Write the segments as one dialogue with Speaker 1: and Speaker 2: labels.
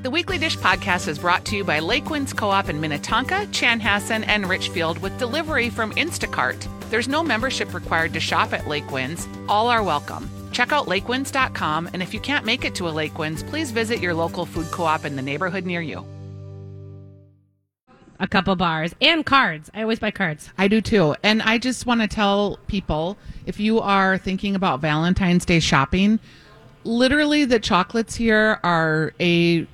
Speaker 1: The Weekly Dish podcast is brought to you by Lakewinds Co op in Minnetonka, Chanhassen, and Richfield with delivery from Instacart. There's no membership required to shop at Lakewinds. All are welcome. Check out lakewinds.com, and if you can't make it to a Lakewinds, please visit your local food co op in the neighborhood near you.
Speaker 2: a couple bars and cards. I always buy cards.
Speaker 1: I do too. And I just want to tell people if you are thinking about Valentine's Day shopping, literally the chocolates here are a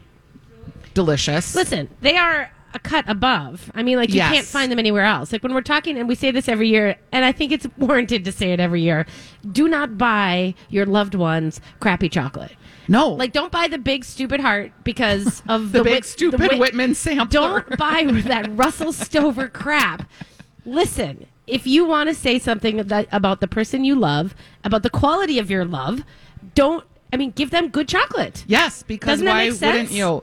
Speaker 1: delicious.
Speaker 2: Listen, they are a cut above. I mean, like you
Speaker 1: Yes.
Speaker 2: can't find them anywhere else. Like when we're talking, and we say this every year, and I think it's warranted to say it every year. Do not buy your loved ones crappy chocolate.
Speaker 1: no.
Speaker 2: Like, don't buy the big stupid heart because of
Speaker 1: The
Speaker 2: the,
Speaker 1: big
Speaker 2: Whit-
Speaker 1: stupid
Speaker 2: Whit-
Speaker 1: Whitman sampler.
Speaker 2: Don't buy that Russell Stover crap. Listen, if you want to say something that, about the person you love, about the quality of your love, don't. I mean, give them good chocolate.
Speaker 1: Yes, because
Speaker 2: Doesn't that
Speaker 1: why
Speaker 2: make sense?
Speaker 1: wouldn't you?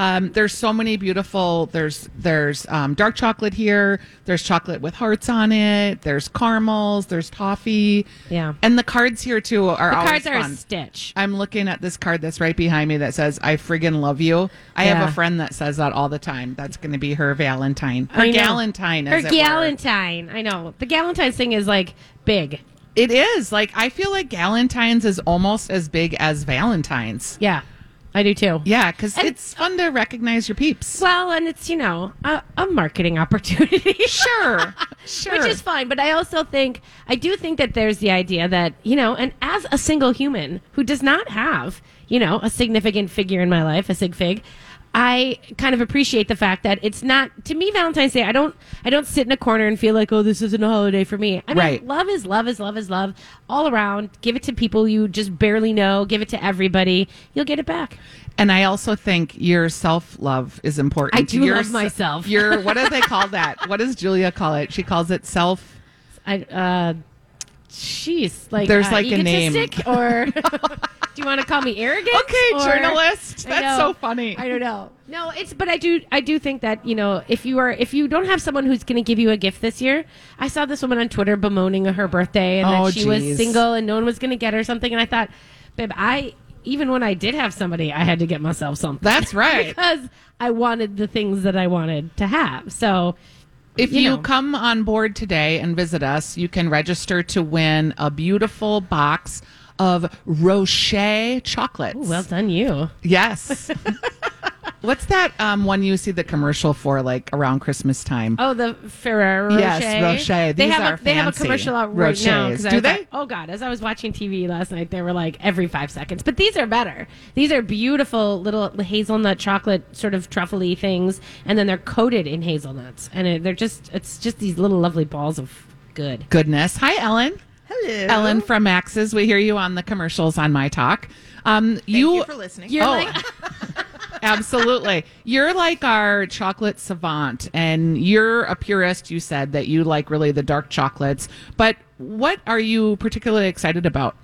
Speaker 1: Um, there's so many beautiful. There's there's um, dark chocolate here. There's chocolate with hearts on it. There's caramels. There's toffee.
Speaker 2: Yeah.
Speaker 1: and the cards here too are
Speaker 2: The
Speaker 1: always
Speaker 2: cards are
Speaker 1: fun.
Speaker 2: a stitch.
Speaker 1: I'm looking at this card that's right behind me that says "I friggin' love you." I have
Speaker 2: Yeah.
Speaker 1: a friend that says that all the time. That's going to be her Valentine, her
Speaker 2: I know.
Speaker 1: Galentine, as
Speaker 2: Her
Speaker 1: it were.
Speaker 2: Galentine. I know. The Galentine thing is like big.
Speaker 1: It is like I feel like Galentine's is almost as big as Valentine's.
Speaker 2: Yeah. I do too.
Speaker 1: Yeah, because
Speaker 2: And-
Speaker 1: it's fun to recognize your peeps.
Speaker 2: Well, and it's, you know, a, a marketing opportunity.
Speaker 1: sure, sure.
Speaker 2: Which is fine, but I also think I do think that there's the idea that you know, and as a single human who does not have you know a significant figure in my life, a sig fig, I kind of appreciate the fact that it's not to me Valentine's Day. I don't I don't sit in a corner and feel like oh this isn't a holiday for me. I mean,
Speaker 1: Right.
Speaker 2: love is love is love is love all around. Give it to people you just barely know. Give it to everybody. You'll get it back.
Speaker 1: And I also think your self love is important.
Speaker 2: I do
Speaker 1: Your
Speaker 2: love
Speaker 1: s-
Speaker 2: myself.
Speaker 1: Your what do they call that? What does Julia call it? She calls it self.
Speaker 2: I uh, jeez, like
Speaker 1: There's
Speaker 2: uh,
Speaker 1: like a name.
Speaker 2: egotistic or. Do you want to call me arrogant?
Speaker 1: Okay,
Speaker 2: or-
Speaker 1: journalist.
Speaker 2: I
Speaker 1: That's
Speaker 2: know.
Speaker 1: so funny.
Speaker 2: I don't know. No, it's but I do I do think that you know if you are if you don't have someone who's going to give you a gift this year, I saw this woman on Twitter bemoaning her birthday and
Speaker 1: Oh,
Speaker 2: that she
Speaker 1: geez.
Speaker 2: was single and no one was going to get her something, and I thought, babe, I even when I did have somebody, I had to get myself something.
Speaker 1: That's right.
Speaker 2: because I wanted the things that I wanted to have. So
Speaker 1: If you,
Speaker 2: you know.
Speaker 1: come on board today and visit us, you can register to win a beautiful box of Rocher chocolates.
Speaker 2: well done, you.
Speaker 1: yes. What's that um, one you see the commercial for, like around Christmas time?
Speaker 2: Oh, the Ferrero Rocher.
Speaker 1: Yes, Rocher.
Speaker 2: They
Speaker 1: These
Speaker 2: have
Speaker 1: are
Speaker 2: a, they have a
Speaker 1: fancy
Speaker 2: commercial out right now.
Speaker 1: Rochers.
Speaker 2: 'cause I
Speaker 1: Do
Speaker 2: was
Speaker 1: they?
Speaker 2: like, oh God! As I was watching TV last night, they were like every five seconds. But these are better. These are beautiful little hazelnut chocolate sort of truffley things, and then they're coated in hazelnuts, and it, they're just it's just these little lovely balls of good.
Speaker 1: goodness. Hi, Ellen.
Speaker 3: Hello.
Speaker 1: Ellen from Max's. We hear you on the commercials on My Talk. Um, you,
Speaker 3: you for listening.
Speaker 2: You're
Speaker 1: oh,
Speaker 2: like-
Speaker 1: absolutely. You're like our chocolate savant, and you're a purist. You said that you like really the dark chocolates, but what are you particularly excited about?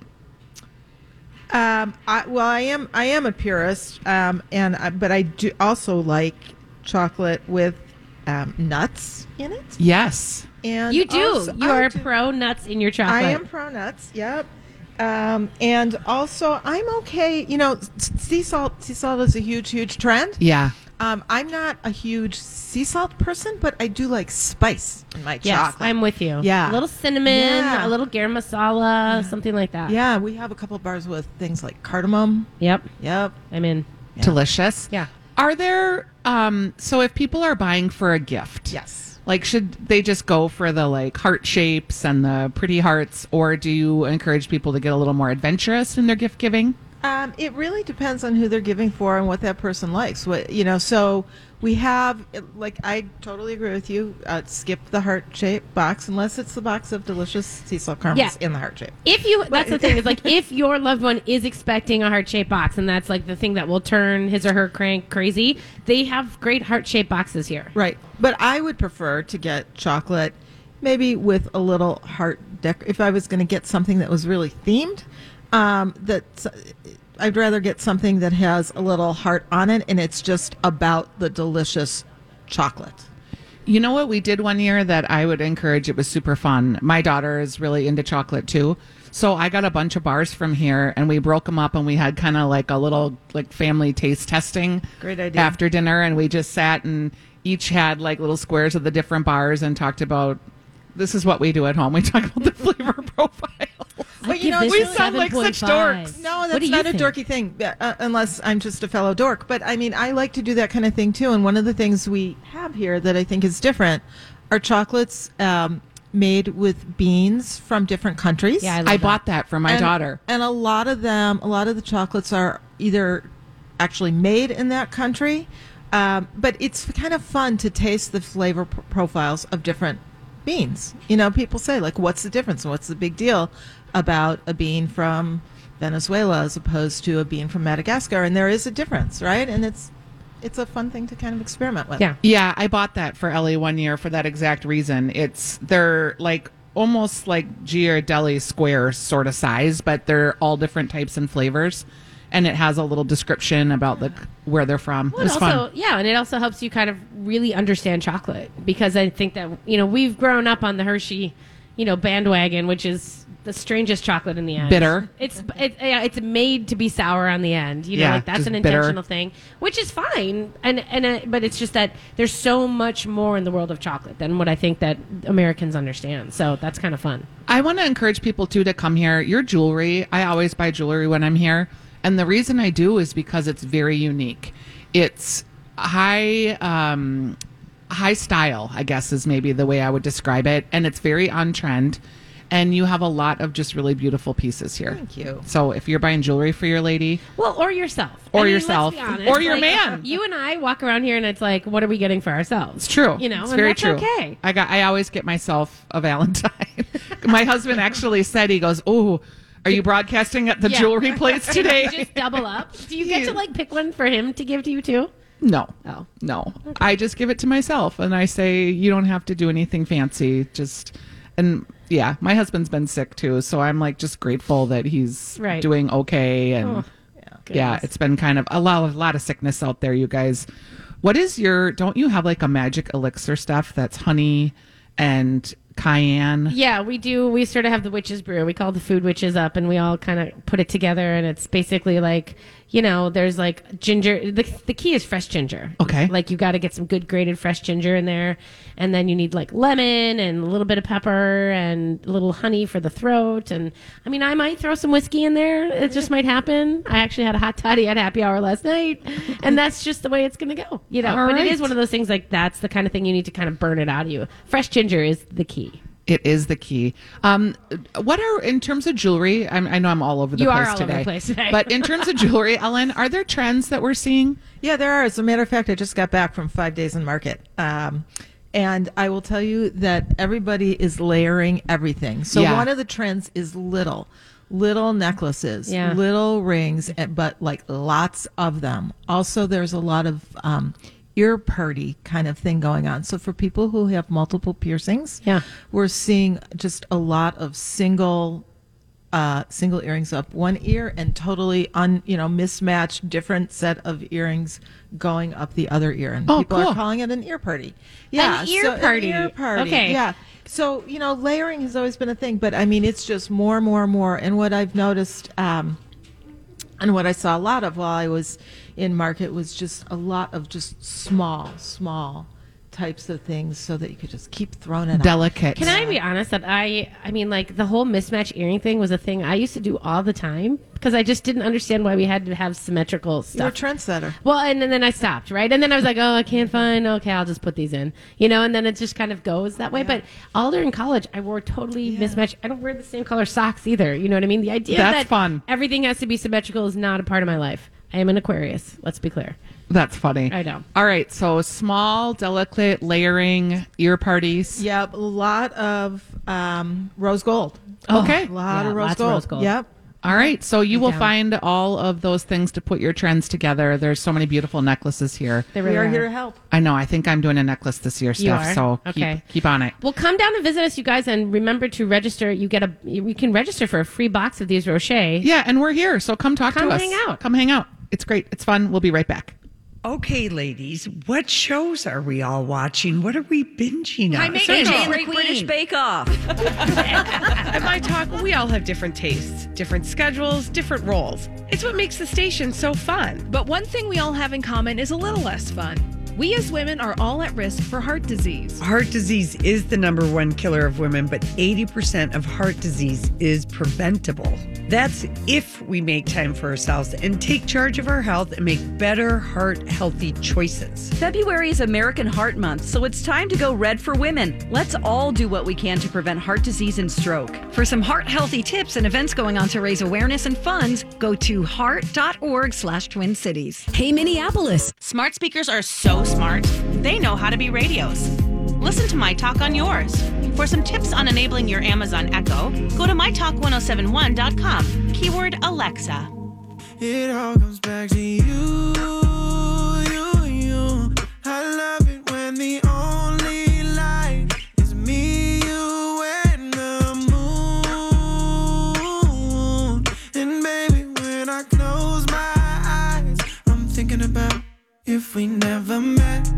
Speaker 3: Um, I, well, I am. I am a purist, um, and I, but I do also like chocolate with um, nuts in it.
Speaker 1: Yes.
Speaker 3: And
Speaker 2: You do.
Speaker 1: Oh,
Speaker 3: also-
Speaker 2: you
Speaker 3: I
Speaker 2: are
Speaker 3: do.
Speaker 2: pro nuts in your chocolate.
Speaker 3: I am pro nuts. Yep. Um, and also, I'm okay. You know, s- sea salt. Sea salt is a huge, huge trend.
Speaker 1: Yeah.
Speaker 3: Um, I'm not a huge sea salt person, but I do like spice in my
Speaker 2: Yes,
Speaker 3: chocolate.
Speaker 2: I'm with you.
Speaker 3: Yeah.
Speaker 2: a little cinnamon,
Speaker 3: Yeah.
Speaker 2: a little garam masala, something like that.
Speaker 3: yeah, we have a couple bars with things like cardamom.
Speaker 2: Yep.
Speaker 3: Yep.
Speaker 2: I'm in.
Speaker 1: Delicious.
Speaker 2: Yeah.
Speaker 1: Are there um so if people are buying for a gift?
Speaker 3: Yes.
Speaker 1: Like should they just go for the like heart shapes and the pretty hearts or do you encourage people to get a little more adventurous in their gift giving?
Speaker 3: Um, it really depends on who they're giving for and what that person likes. What you know, so we have like I totally agree with you. Uh, skip the heart shaped box unless it's the box of delicious sea salt caramels
Speaker 2: Yeah.
Speaker 3: in the heart shape.
Speaker 2: If you, that's the thing is like if your loved one is expecting a heart shaped box, and that's like the thing that will turn his or her crank crazy, they have great heart shaped boxes here.
Speaker 3: Right, but I would prefer to get chocolate, maybe with a little heart dec. If I was going to get something that was really themed, um, that I'd rather get something that has a little heart on it, and it's just about the delicious chocolate.
Speaker 1: You know what we did one year that I would encourage? It was super fun. My daughter is really into chocolate too. So I got a bunch of bars from here and we broke them up and we had kind of like a little like family taste testing.
Speaker 3: Great idea.
Speaker 1: After dinner and we just sat and each had like little squares of the different bars and talked about this is what we do at home. We talk about the flavor profile.
Speaker 3: But you
Speaker 2: Give
Speaker 3: know,
Speaker 2: this
Speaker 3: we
Speaker 2: a
Speaker 1: sound like such
Speaker 2: 7.5.
Speaker 1: dorks.
Speaker 3: No,
Speaker 2: What
Speaker 3: that's
Speaker 2: do
Speaker 3: not
Speaker 2: you
Speaker 3: a
Speaker 2: think?
Speaker 3: dorky thing, uh, unless I'm just a fellow dork. But I mean, I like to do that kind of thing too. And one of the things we have here that I think is different are chocolates um, made with beans from different countries.
Speaker 2: Yeah, I love
Speaker 1: I
Speaker 2: that.
Speaker 1: bought that for my
Speaker 3: and,
Speaker 1: daughter.
Speaker 3: And a lot of them, a lot of the chocolates are either actually made in that country, um, but it's kind of fun to taste the flavor p- profiles of different beans. You know, people say, like, what's the difference and what's the big deal about a bean from Venezuela as opposed to a bean from Madagascar? And there is a difference, right? And it's it's a fun thing to kind of experiment with.
Speaker 2: Yeah.
Speaker 1: Yeah, I bought that for Ellie one year for that exact reason. It's they're like almost like Giardelli square sort of size, but they're all different types and flavors, and it has a little description about like where they're from.
Speaker 2: Well,
Speaker 1: it was
Speaker 2: it also,
Speaker 1: fun.
Speaker 2: yeah, and it also helps you kind of really understand chocolate because I think that you know we've grown up on the Hershey, you know, bandwagon, which is the strangest chocolate in the end.
Speaker 1: Bitter.
Speaker 2: It's it, yeah, it's made to be sour on the end. You know,
Speaker 1: Yeah,
Speaker 2: like that's
Speaker 1: just
Speaker 2: an
Speaker 1: bitter.
Speaker 2: intentional thing, which is fine. And and uh, but it's just that there's so much more in the world of chocolate than what I think that Americans understand. So that's kind of fun.
Speaker 1: I want to encourage people too to come here. Your jewelry, I always buy jewelry when I'm here, and the reason I do is because it's very unique. It's high, um, high style, I guess is maybe the way I would describe it, and it's very on trend. And you have a lot of just really beautiful pieces here.
Speaker 3: Thank you.
Speaker 1: So if you're buying jewelry for your lady,
Speaker 2: Well, or yourself,
Speaker 1: Or
Speaker 2: I mean,
Speaker 1: yourself.
Speaker 2: let's be honest,
Speaker 1: Or your
Speaker 2: like,
Speaker 1: man.
Speaker 2: You and I walk around here, and it's like, what are we getting for ourselves?
Speaker 1: It's true.
Speaker 2: You know,
Speaker 1: it's
Speaker 2: and
Speaker 1: very
Speaker 2: that's
Speaker 1: true.
Speaker 2: okay.
Speaker 1: I got. I always get myself a Valentine. My husband actually said he goes, "Oh, are you broadcasting at the
Speaker 2: Yeah.
Speaker 1: jewelry place
Speaker 2: Did
Speaker 1: today?"
Speaker 2: you just double up. Do you get to like pick one for him to give to you too?
Speaker 1: no,
Speaker 2: Oh.
Speaker 1: no. I just give it to myself, and I say, "You don't have to do anything fancy. Just and." Yeah, my husband's been sick too, so I'm like just grateful that he's
Speaker 2: Right.
Speaker 1: doing okay and
Speaker 2: Oh,
Speaker 1: yeah,
Speaker 2: goodness.
Speaker 1: it's been kind of a lot, a lot of sickness out there, you guys. What is your? Don't you have like a magic elixir stuff that's honey and cayenne?
Speaker 2: Yeah, we do. We sort of have the witches brew. We call the food witches up, and we all kind of put it together. And it's basically like, you know, there's like ginger. The, the key is fresh ginger.
Speaker 1: Okay.
Speaker 2: Like you got to get some good grated fresh ginger in there, and then you need like lemon and a little bit of pepper and a little honey for the throat. And I mean, I might throw some whiskey in there. It just might happen. I actually had a hot toddy at happy hour last night, and that's just the way it's gonna go. You know,
Speaker 1: All
Speaker 2: but it
Speaker 1: right.
Speaker 2: is one of those things like that's the kind of thing you need to kind of burn it out of you. Fresh ginger is the key.
Speaker 1: It is the key. Um, what are in terms of jewelry? I'm, I know I'm all over the
Speaker 2: You
Speaker 1: place
Speaker 2: are all over
Speaker 1: today,
Speaker 2: the place today.
Speaker 1: but in terms of jewelry, Ellen, are there trends that we're seeing?
Speaker 3: Yeah, there are. As a matter of fact, I just got back from five days in market. Um, and I will tell you that everybody is layering everything. So
Speaker 1: Yeah.
Speaker 3: one of the trends is little, little necklaces,
Speaker 2: Yeah.
Speaker 3: little rings, eh, but like lots of them. Also, there's a lot of um, ear party kind of thing going on. So for people who have multiple piercings,
Speaker 2: Yeah.
Speaker 3: we're seeing just a lot of single uh, single earrings up one ear and totally un you know mismatched different set of earrings going up the other ear and
Speaker 1: Oh,
Speaker 3: people
Speaker 1: cool.
Speaker 3: are calling it an ear party yeah
Speaker 2: An ear
Speaker 3: so-
Speaker 2: party.
Speaker 3: ear party
Speaker 2: Okay.
Speaker 3: yeah so you know layering has always been a thing but i mean it's just more more more and what i've noticed um, and what I saw a lot of while I was in market was just a lot of just small, small types of things so that you could just keep throwing it out.
Speaker 1: Delicate.
Speaker 2: Can I be honest that I I mean like the whole mismatch earring thing was a thing I used to do all the time because I just didn't understand why we had to have symmetrical
Speaker 3: You're a
Speaker 2: stuff.
Speaker 3: trendsetter.
Speaker 2: well, and, and then I stopped, right? And then I was like, oh, I can't find. Okay, I'll just put these in, you know. And then it just kind of goes that way. But all during college, I wore totally mismatched. I don't wear the same color socks either. You know what I mean? The idea
Speaker 1: That's
Speaker 2: that
Speaker 1: fun.
Speaker 2: everything has to be symmetrical is not a part of my life. I am an Aquarius. Let's be clear.
Speaker 1: That's funny.
Speaker 2: I know.
Speaker 1: All right, so small, delicate layering ear parties.
Speaker 3: Yep, a lot of um, rose gold.
Speaker 1: Okay.
Speaker 3: a lot
Speaker 2: Oh, Yeah,
Speaker 3: of rose
Speaker 2: lots of
Speaker 3: gold.
Speaker 2: rose gold.
Speaker 3: Yep.
Speaker 1: All right. So you will
Speaker 2: down.
Speaker 1: find all of those things to put your trends together. There's so many beautiful necklaces here.
Speaker 2: They
Speaker 3: we
Speaker 2: really
Speaker 3: are here to help.
Speaker 1: I know. I think I'm doing a necklace this year,
Speaker 2: You
Speaker 1: Steph.
Speaker 2: are?
Speaker 1: So
Speaker 2: Okay.
Speaker 1: keep, keep on it.
Speaker 2: Well, come down and visit us, you guys, and remember to register. You get a you can register for a free box of these Rocher.
Speaker 1: Yeah, and we're here. So come talk
Speaker 2: Come
Speaker 1: to us.
Speaker 2: hang out.
Speaker 1: Come hang out. It's great. It's fun. We'll be right back.
Speaker 4: Okay, ladies, what shows are we all watching? What are we binging on?
Speaker 5: I make it Jane the
Speaker 6: British
Speaker 5: Queen.
Speaker 6: Bake Off.
Speaker 7: At my talk, we all have different tastes, different schedules, different roles. It's what makes the station so fun.
Speaker 5: But one thing we all have in common is a little less fun. We as women are all at risk for heart disease.
Speaker 4: Heart disease is the number one killer of women, but 80% of heart disease is preventable. That's if we make time for ourselves and take charge of our health and make better heart healthy choices.
Speaker 6: February is American Heart Month, so it's time to go red for women. Let's all do what we can to prevent heart disease and stroke.
Speaker 8: For some heart healthy tips and events going on to raise awareness and funds, go to heart.org slash twin cities.
Speaker 9: Hey Minneapolis,
Speaker 10: Smart speakers are so smart, they know how to be radios. Listen to My Talk on yours. For some tips on enabling your Amazon Echo, go to mytalk1071.com, keyword Alexa.
Speaker 11: It all comes back to you, you, you. I love it when the only light is me, you, and the moon. And baby, when I close my eyes, I'm thinking about if we never met.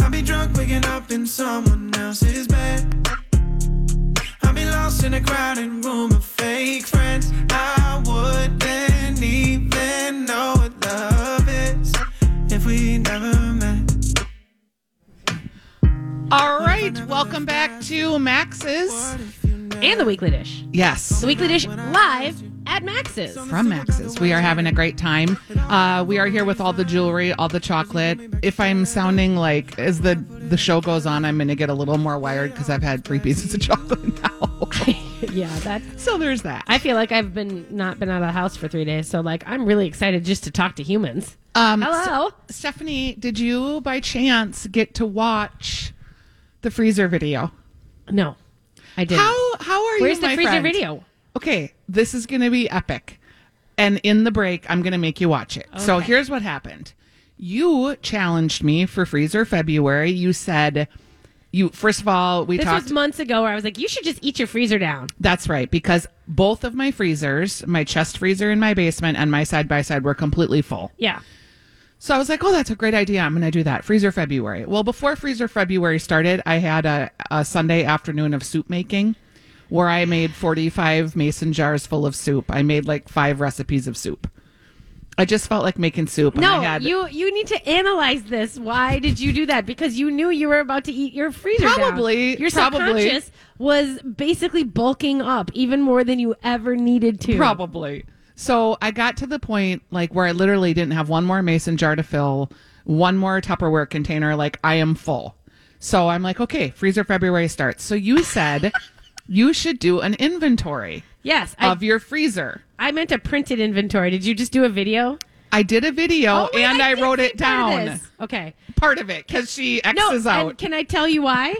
Speaker 11: I'll be drunk, waking up in someone else's bed. I'll be lost in a crowded room of fake friends. I wouldn't even know what love is if we never met.
Speaker 1: All right, welcome back to Max's.
Speaker 2: And the weekly dish.
Speaker 1: Yes,
Speaker 2: The weekly dish live at Max's.
Speaker 1: from Max's. We are having a great time. Uh, we are here with all the jewelry, all the chocolate. If I'm sounding like as the the show goes on, I'm going to get a little more wired because I've had three pieces of chocolate now.
Speaker 2: yeah, that
Speaker 1: so there's that.
Speaker 2: I feel like I've been not been out of the house for three days, so like I'm really excited just to talk to humans.
Speaker 1: Um,
Speaker 2: Hello.
Speaker 1: Stephanie, did you by chance get to watch the freezer video?
Speaker 2: No, I didn't.
Speaker 1: How how are
Speaker 2: Where's
Speaker 1: you?
Speaker 2: the
Speaker 1: my
Speaker 2: freezer
Speaker 1: friend?
Speaker 2: video?
Speaker 1: Okay, this is going to be epic. And in the break, I'm going to make you watch it. So here's what happened. You challenged me for freezer February. You said you first of all we
Speaker 2: This
Speaker 1: talked
Speaker 2: was months ago where I was like, you should just eat your freezer down.
Speaker 1: That's right, because both of my freezers, my chest freezer in my basement and my side by side were completely full.
Speaker 2: Yeah.
Speaker 1: So I was like, oh, that's a great idea. I'm going to do that. Freezer February. Well, before Freezer February started, I had a, a Sunday afternoon of soup making where I made 45 mason jars full of soup. I made like five recipes of soup. I just felt like making soup. and
Speaker 2: No,
Speaker 1: I had,
Speaker 2: you you need to analyze this. Why did you do that? Because you knew you were about to eat your freezer. down.
Speaker 1: Probably,
Speaker 2: your
Speaker 1: probably.
Speaker 2: subconscious was basically bulking up even more than you ever needed to.
Speaker 1: Probably. So I got to the point like where I literally didn't have one more mason jar to fill, one more Tupperware container. Like I am full. So I'm like, okay, freezer February starts. So you said you should do an inventory
Speaker 2: Yes, I,
Speaker 1: of your freezer.
Speaker 2: I meant a printed inventory. Did you just do a video?
Speaker 1: I did a video
Speaker 2: Oh my-
Speaker 1: and I,
Speaker 2: did
Speaker 1: wrote
Speaker 2: see
Speaker 1: it
Speaker 2: part of
Speaker 1: down.
Speaker 2: this. Okay.
Speaker 1: Part of it because she
Speaker 2: No,
Speaker 1: X's out
Speaker 2: and can I tell you why?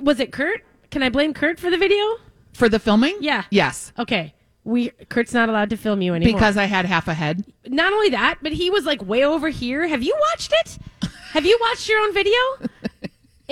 Speaker 2: Was it Kurt? Can I blame Kurt for the video?
Speaker 1: for the filming.
Speaker 2: Yeah.
Speaker 1: Yes.
Speaker 2: Okay. We Kurt's not allowed to film you anymore.
Speaker 1: Because I had half a head.
Speaker 2: not only that, but he was like way over here. Have you watched it? Have you watched your own video?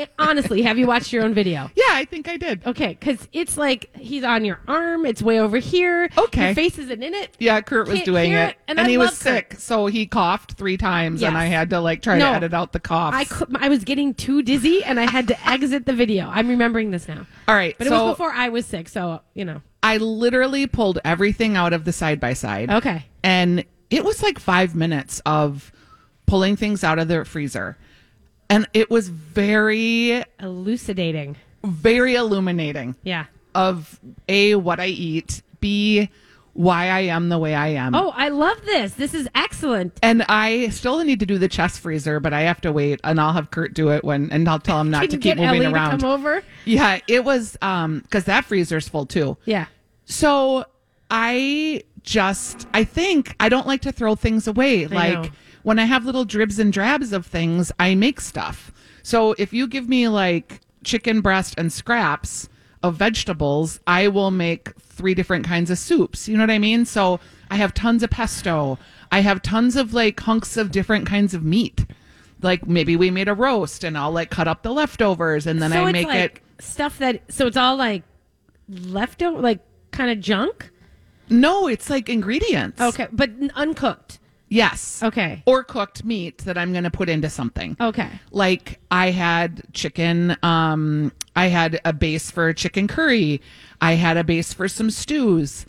Speaker 2: It- honestly, have you watched your own video?
Speaker 1: Yeah, I think I did.
Speaker 2: Okay, because it's like he's on your arm. It's way over here.
Speaker 1: Okay.
Speaker 2: your face isn't in it.
Speaker 1: Yeah, Kurt was
Speaker 2: Can't
Speaker 1: doing
Speaker 2: hear
Speaker 1: it,
Speaker 2: it, and
Speaker 1: and,
Speaker 2: I
Speaker 1: he was
Speaker 2: love Kurt.
Speaker 1: sick, so he coughed three times, and
Speaker 2: Yes.
Speaker 1: I had to like try
Speaker 2: No.
Speaker 1: to edit out the coughs.
Speaker 2: I cou- I was getting too dizzy, and I had to exit the video. I'm remembering this now.
Speaker 1: All right,
Speaker 2: but it
Speaker 1: so-
Speaker 2: was before I was sick, so you know.
Speaker 1: I literally pulled everything out of the side by side.
Speaker 2: Okay.
Speaker 1: And it was like five minutes of pulling things out of the freezer. And it was very,
Speaker 2: Elucidating.
Speaker 1: very illuminating
Speaker 2: Yeah.
Speaker 1: of A, what I eat, B, why I am the way I am.
Speaker 2: Oh, I love this. This is excellent.
Speaker 1: And I still need to do the chest freezer, but I have to wait and I'll have Kurt do it when, and I'll tell him not
Speaker 2: Can
Speaker 1: to
Speaker 2: you
Speaker 1: keep
Speaker 2: get
Speaker 1: moving
Speaker 2: Ellie
Speaker 1: around.
Speaker 2: to come over?
Speaker 1: Yeah, it was um because that freezer's full too.
Speaker 2: Yeah.
Speaker 1: So I just I think I don't like to throw things away. like
Speaker 2: know.
Speaker 1: when I have little dribs and drabs of things, I make stuff. So if you give me like chicken breast and scraps of vegetables, I will make three different kinds of soups. You know what I mean? So I have tons of pesto. I have tons of like hunks of different kinds of meat. Like maybe we made a roast and I'll like cut up the leftovers and then
Speaker 2: so
Speaker 1: I
Speaker 2: it's
Speaker 1: make
Speaker 2: like
Speaker 1: it
Speaker 2: stuff that so it's all like leftover, like kind of junk.
Speaker 1: No, it's like ingredients.
Speaker 2: Okay, but n- uncooked.
Speaker 1: Yes.
Speaker 2: Okay.
Speaker 1: Or cooked meat that I'm going to put into something.
Speaker 2: Okay.
Speaker 1: Like I had chicken. Um, I had a base for chicken curry. I had a base for some stews.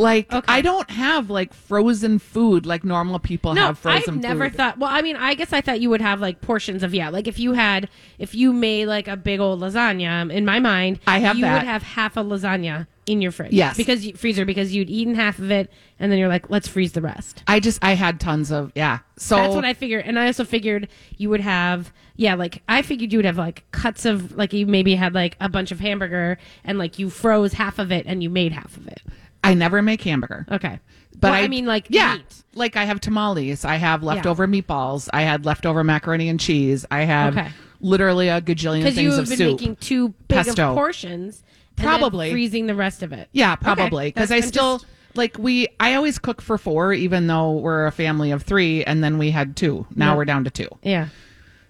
Speaker 1: Like I don't have like frozen food like normal people
Speaker 2: no,
Speaker 1: have frozen
Speaker 2: I've never
Speaker 1: food.
Speaker 2: thought. Well, I mean, I guess I thought you would have like portions of yeah, like if you had if you made like a big old lasagna. um, In my mind,
Speaker 1: I have
Speaker 2: you
Speaker 1: that.
Speaker 2: would have half a lasagna in your fridge.
Speaker 1: Yes.
Speaker 2: because you, freezer because you'd eaten half of it and then you're like, let's freeze the rest.
Speaker 1: I just I had tons of yeah. So
Speaker 2: that's what I figured, and I also figured you would have yeah, like I figured you would have like cuts of like you maybe had like a bunch of hamburger and like you froze half of it and you made half of it.
Speaker 1: I never make hamburger.
Speaker 2: Okay.
Speaker 1: But
Speaker 2: Well,
Speaker 1: I,
Speaker 2: I mean, like,
Speaker 1: yeah,
Speaker 2: meat.
Speaker 1: like I have tamales. I have leftover meatballs. I had leftover macaroni and cheese. I have
Speaker 2: Okay.
Speaker 1: literally a gajillion
Speaker 2: Because
Speaker 1: things
Speaker 2: you
Speaker 1: of
Speaker 2: have been
Speaker 1: soup.
Speaker 2: making too big
Speaker 1: Pesto.
Speaker 2: of portions, and then
Speaker 1: Probably.
Speaker 2: freezing the rest of it.
Speaker 1: yeah,
Speaker 2: Okay.
Speaker 1: probably because
Speaker 2: That's-
Speaker 1: I
Speaker 2: I'm
Speaker 1: still
Speaker 2: just-
Speaker 1: like we. I always cook for four, even though we're a family of three, and then we had two. Now
Speaker 2: Yeah.
Speaker 1: we're down to two.
Speaker 2: yeah.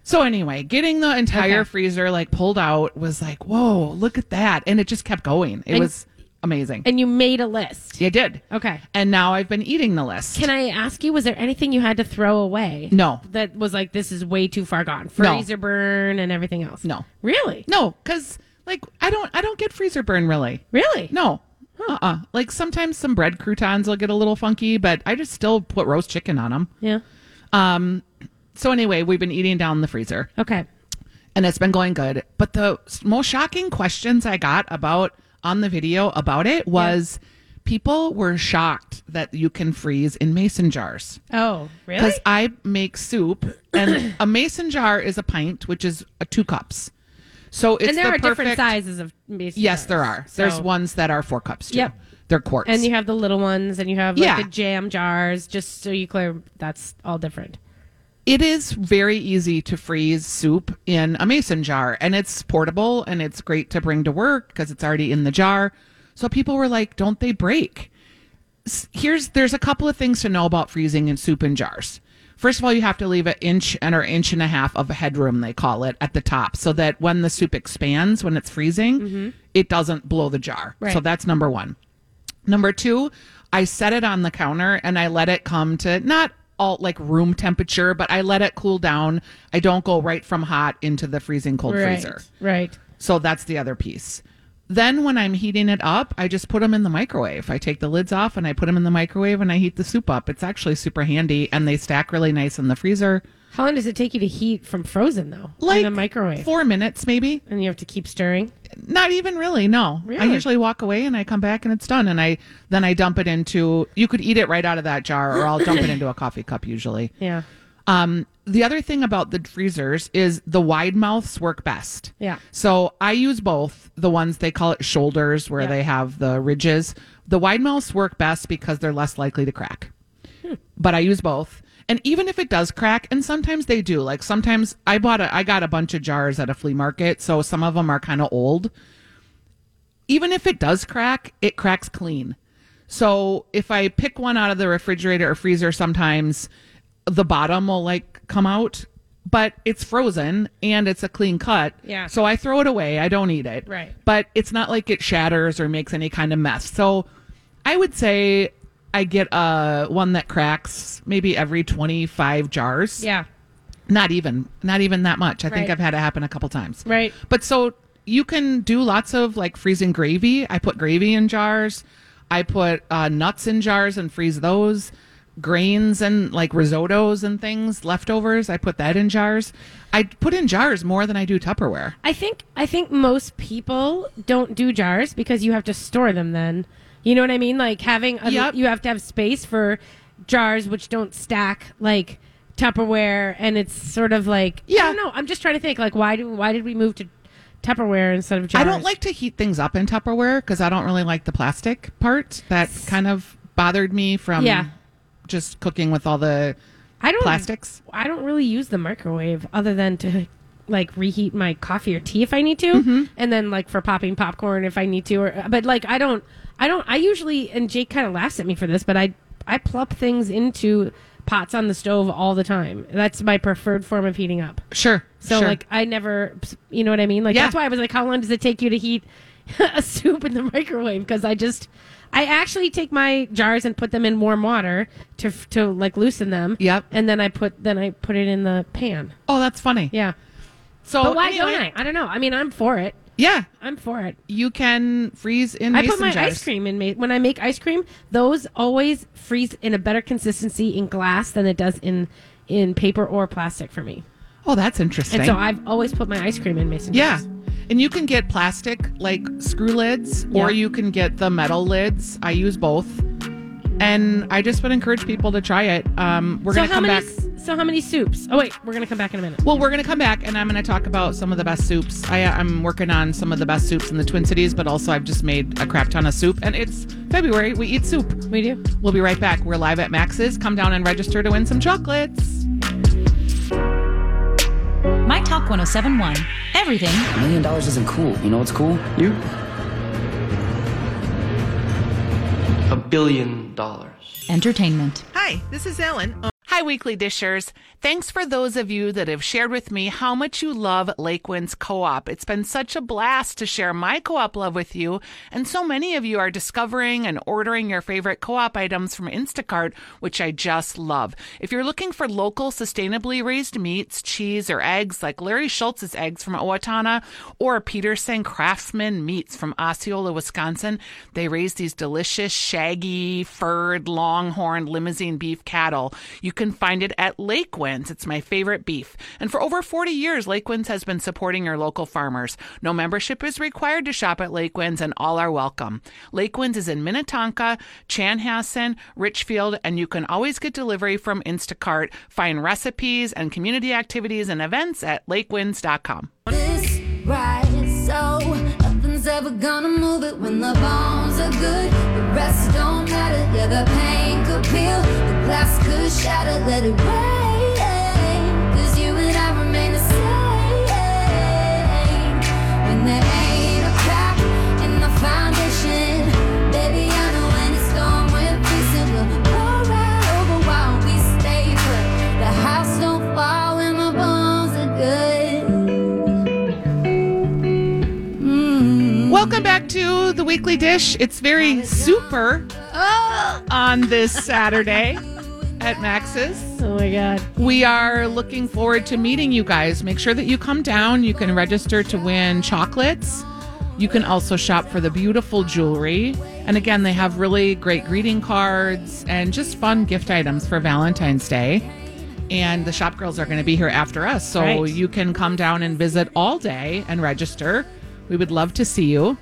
Speaker 1: So anyway, getting the entire
Speaker 2: Okay.
Speaker 1: freezer like pulled out was like, whoa, look at that, and it just kept going. It
Speaker 2: And-
Speaker 1: was amazing.
Speaker 2: And you made a list.
Speaker 1: it did.
Speaker 2: Okay.
Speaker 1: And now I've been eating the list.
Speaker 2: Can I ask you? Was there anything you had to throw away?
Speaker 1: No.
Speaker 2: That was like this is way too far gone. Freezer burn and everything else.
Speaker 1: No.
Speaker 2: Really?
Speaker 1: No, because like I don't I don't get freezer burn really.
Speaker 2: Really?
Speaker 1: No. Uh uh Like sometimes some bread croutons will get a little funky, but I just still put roast chicken on them.
Speaker 2: Yeah.
Speaker 1: Um. So anyway, we've been eating down the freezer,
Speaker 2: Okay.
Speaker 1: and it's been going good. But the s- most shocking questions I got about on the video about it was people were shocked that you can freeze in mason jars.
Speaker 2: Oh, really?
Speaker 1: Because I make soup, and a mason jar is a pint, which is uh, two cups. So it's
Speaker 2: and there
Speaker 1: the
Speaker 2: are different
Speaker 1: perfect-
Speaker 2: sizes of mason
Speaker 1: Yes,
Speaker 2: jars.
Speaker 1: there are. There's
Speaker 2: So-
Speaker 1: ones that are four cups. Too.
Speaker 2: Yep.
Speaker 1: They're quarts.
Speaker 2: And you have the little ones, and you have like
Speaker 1: Yeah.
Speaker 2: the jam jars. Just so you clear, that's all different.
Speaker 1: it is very easy to freeze soup in a mason jar, and it's portable and it's great to bring to work because it's already in the jar. So people were like, "Don't they break?" S- Here's there's a couple of things to know about freezing in soup in jars. First of all, you have to leave an inch and or inch and a half of headroom, they call it, at the top, so that when the soup expands when it's freezing, it doesn't blow the jar. So
Speaker 2: Mm-hmm. Right.
Speaker 1: that's number one. Number two, I set it on the counter and I let it come to not all like room temperature, but I let it cool down. I don't go right from hot into the freezing cold freezer.
Speaker 2: Right.
Speaker 1: So that's the other piece. Then when I'm heating it up, I just put them in the microwave. I take the lids off and I put them in the microwave and I heat the soup up. It's actually super handy and they stack really nice in the freezer.
Speaker 2: How long does it take you to heat from frozen though?
Speaker 1: Like
Speaker 2: in the microwave,
Speaker 1: Four minutes maybe.
Speaker 2: and you have to keep stirring.
Speaker 1: Not even really, no. I
Speaker 2: Really?
Speaker 1: usually walk away and I come back and it's done and I then I dump it into you could eat it right out of that jar or I'll dump it into a coffee cup usually.
Speaker 2: Yeah.
Speaker 1: Um the other thing about the freezers is the wide mouths work best.
Speaker 2: Yeah.
Speaker 1: So I use both. The ones they call it shoulders where
Speaker 2: Yeah.
Speaker 1: they have the ridges. The wide mouths work best because they're less likely to crack
Speaker 2: Hmm.
Speaker 1: but I use both. And even if it does crack, and sometimes they do, like sometimes I bought a, I got a bunch of jars at a flea market, so some of them are kind of old. Even if it does crack, it cracks clean. So if I pick one out of the refrigerator or freezer, sometimes the bottom will like come out, but it's frozen and it's a clean cut.
Speaker 2: Yeah.
Speaker 1: So I throw it away. I don't eat it.
Speaker 2: Right.
Speaker 1: But it's not like it shatters or makes any kind of mess. So I would say I get uh, one that cracks maybe every 25 jars.
Speaker 2: Yeah.
Speaker 1: Not even, not even that much. I think
Speaker 2: Right.
Speaker 1: I've had it happen a couple times.
Speaker 2: Right.
Speaker 1: But so you can do lots of like freezing gravy. I put gravy in jars. I put uh, nuts in jars and freeze those. Grains and like risottos and things, leftovers. I put that in jars. I put in jars more than I do Tupperware.
Speaker 2: I think I think most people don't do jars because you have to store them then. You know what I mean? Like having a,
Speaker 1: Yep.
Speaker 2: you have to have space for jars which don't stack like Tupperware and it's sort of like
Speaker 1: Yeah.
Speaker 2: I don't know. I'm just trying to think like why do why did we move to Tupperware instead of jars?
Speaker 1: I don't like to heat things up in Tupperware because I don't really like the plastic part. That kind of bothered me from
Speaker 2: Yeah. Hmm.
Speaker 1: just cooking with all the
Speaker 2: I don't
Speaker 1: plastics.
Speaker 2: I don't really use the microwave other than to like reheat my coffee or tea if I need to, and then like for popping popcorn if I need to. Or but like I don't, I don't. I usually and Jake kind of laughs at me for this, but I I plop things into pots on the stove all the time. That's my preferred form of heating up.
Speaker 1: Sure.
Speaker 2: So
Speaker 1: sure.
Speaker 2: like I never, you know what I mean? Like
Speaker 1: Yeah.
Speaker 2: that's why I was like, how long does it take you to heat a soup in the microwave because I just I actually take my jars and put them in warm water to f- to like loosen them. Yep. And then I put then I put it in the pan.
Speaker 1: Oh, that's funny.
Speaker 2: Yeah.
Speaker 1: So
Speaker 2: but why
Speaker 1: anyway-
Speaker 2: don't I? I don't know. I mean, I'm for it.
Speaker 1: Yeah,
Speaker 2: I'm for it.
Speaker 1: You can freeze in.
Speaker 2: I put
Speaker 1: mason
Speaker 2: my
Speaker 1: jars.
Speaker 2: ice cream in ma- when I make ice cream. Those always freeze in a better consistency in glass than it does in in paper or plastic for me.
Speaker 1: Oh, that's interesting.
Speaker 2: And so I've always put my ice cream in mason
Speaker 1: Yeah.
Speaker 2: jars.
Speaker 1: And you can get plastic like screw lids or
Speaker 2: Yeah.
Speaker 1: you can get the metal lids. I use both. And I just would encourage people to try it. Um, we're
Speaker 2: so
Speaker 1: going to
Speaker 2: how
Speaker 1: come
Speaker 2: many
Speaker 1: back.
Speaker 2: s- so how many soups? Oh wait, we're gonna come back in a minute.
Speaker 1: Well, we're going to come back and I'm going to talk about some of the best soups. I, I'm working on some of the best soups in the Twin Cities, but also I've just made a crap ton of soup. And it's February. We eat soup.
Speaker 2: We do.
Speaker 1: We'll be right back. We're live at Max's. Come down and register to win some chocolates.
Speaker 10: My Talk 1071. Everything
Speaker 9: A million dollars isn't cool. You know what's cool? You. A billion dollars.
Speaker 10: Entertainment.
Speaker 1: Hi, this is Ellen. Hi, Weekly Dishers. Thanks for those of you that have shared with me how much you love Lakewinds Co op. It's been such a blast to share my co op love with you, and so many of you are discovering and ordering your favorite co op items from Instacart, which I just love. If you're looking for local, sustainably raised meats, cheese, or eggs like Larry Schultz's eggs from Owatonna or Peterson Craftsman meats from Osceola, Wisconsin, they raise these delicious, shaggy, furred, longhorn limousine beef cattle. You can find it at Lakewinds. It's my favorite beef. And for over 40 years, Lakewinds has been supporting your local farmers. No membership is required to shop at Lakewinds, and all are welcome. Lakewinds is in Minnetonka, Chanhassen, Richfield, and you can always get delivery from Instacart. Find recipes and community activities and events at lakewinds.com.
Speaker 12: This right, so nothing's ever gonna move it when the bones are good. The rest don't matter, yeah, the pain could peel, the glass could shatter, let it rain. Cause you and I remain the same. When there ain't a crack in the foundation, baby, I know any storm we're facing will pour out over while we stay put. The house don't fall when the bones are good.
Speaker 1: Welcome back to the Weekly Dish. It's very super on this Saturday at Max's.
Speaker 2: Oh my God.
Speaker 1: We are looking forward to meeting you guys. Make sure that you come down. You can register to win chocolates. You can also shop for the beautiful jewelry. And again, they have really great greeting cards and just fun gift items for Valentine's Day. And the shop girls are going to be here after us. So
Speaker 13: Right.
Speaker 1: you can come down and visit all day and register. We would love to see you.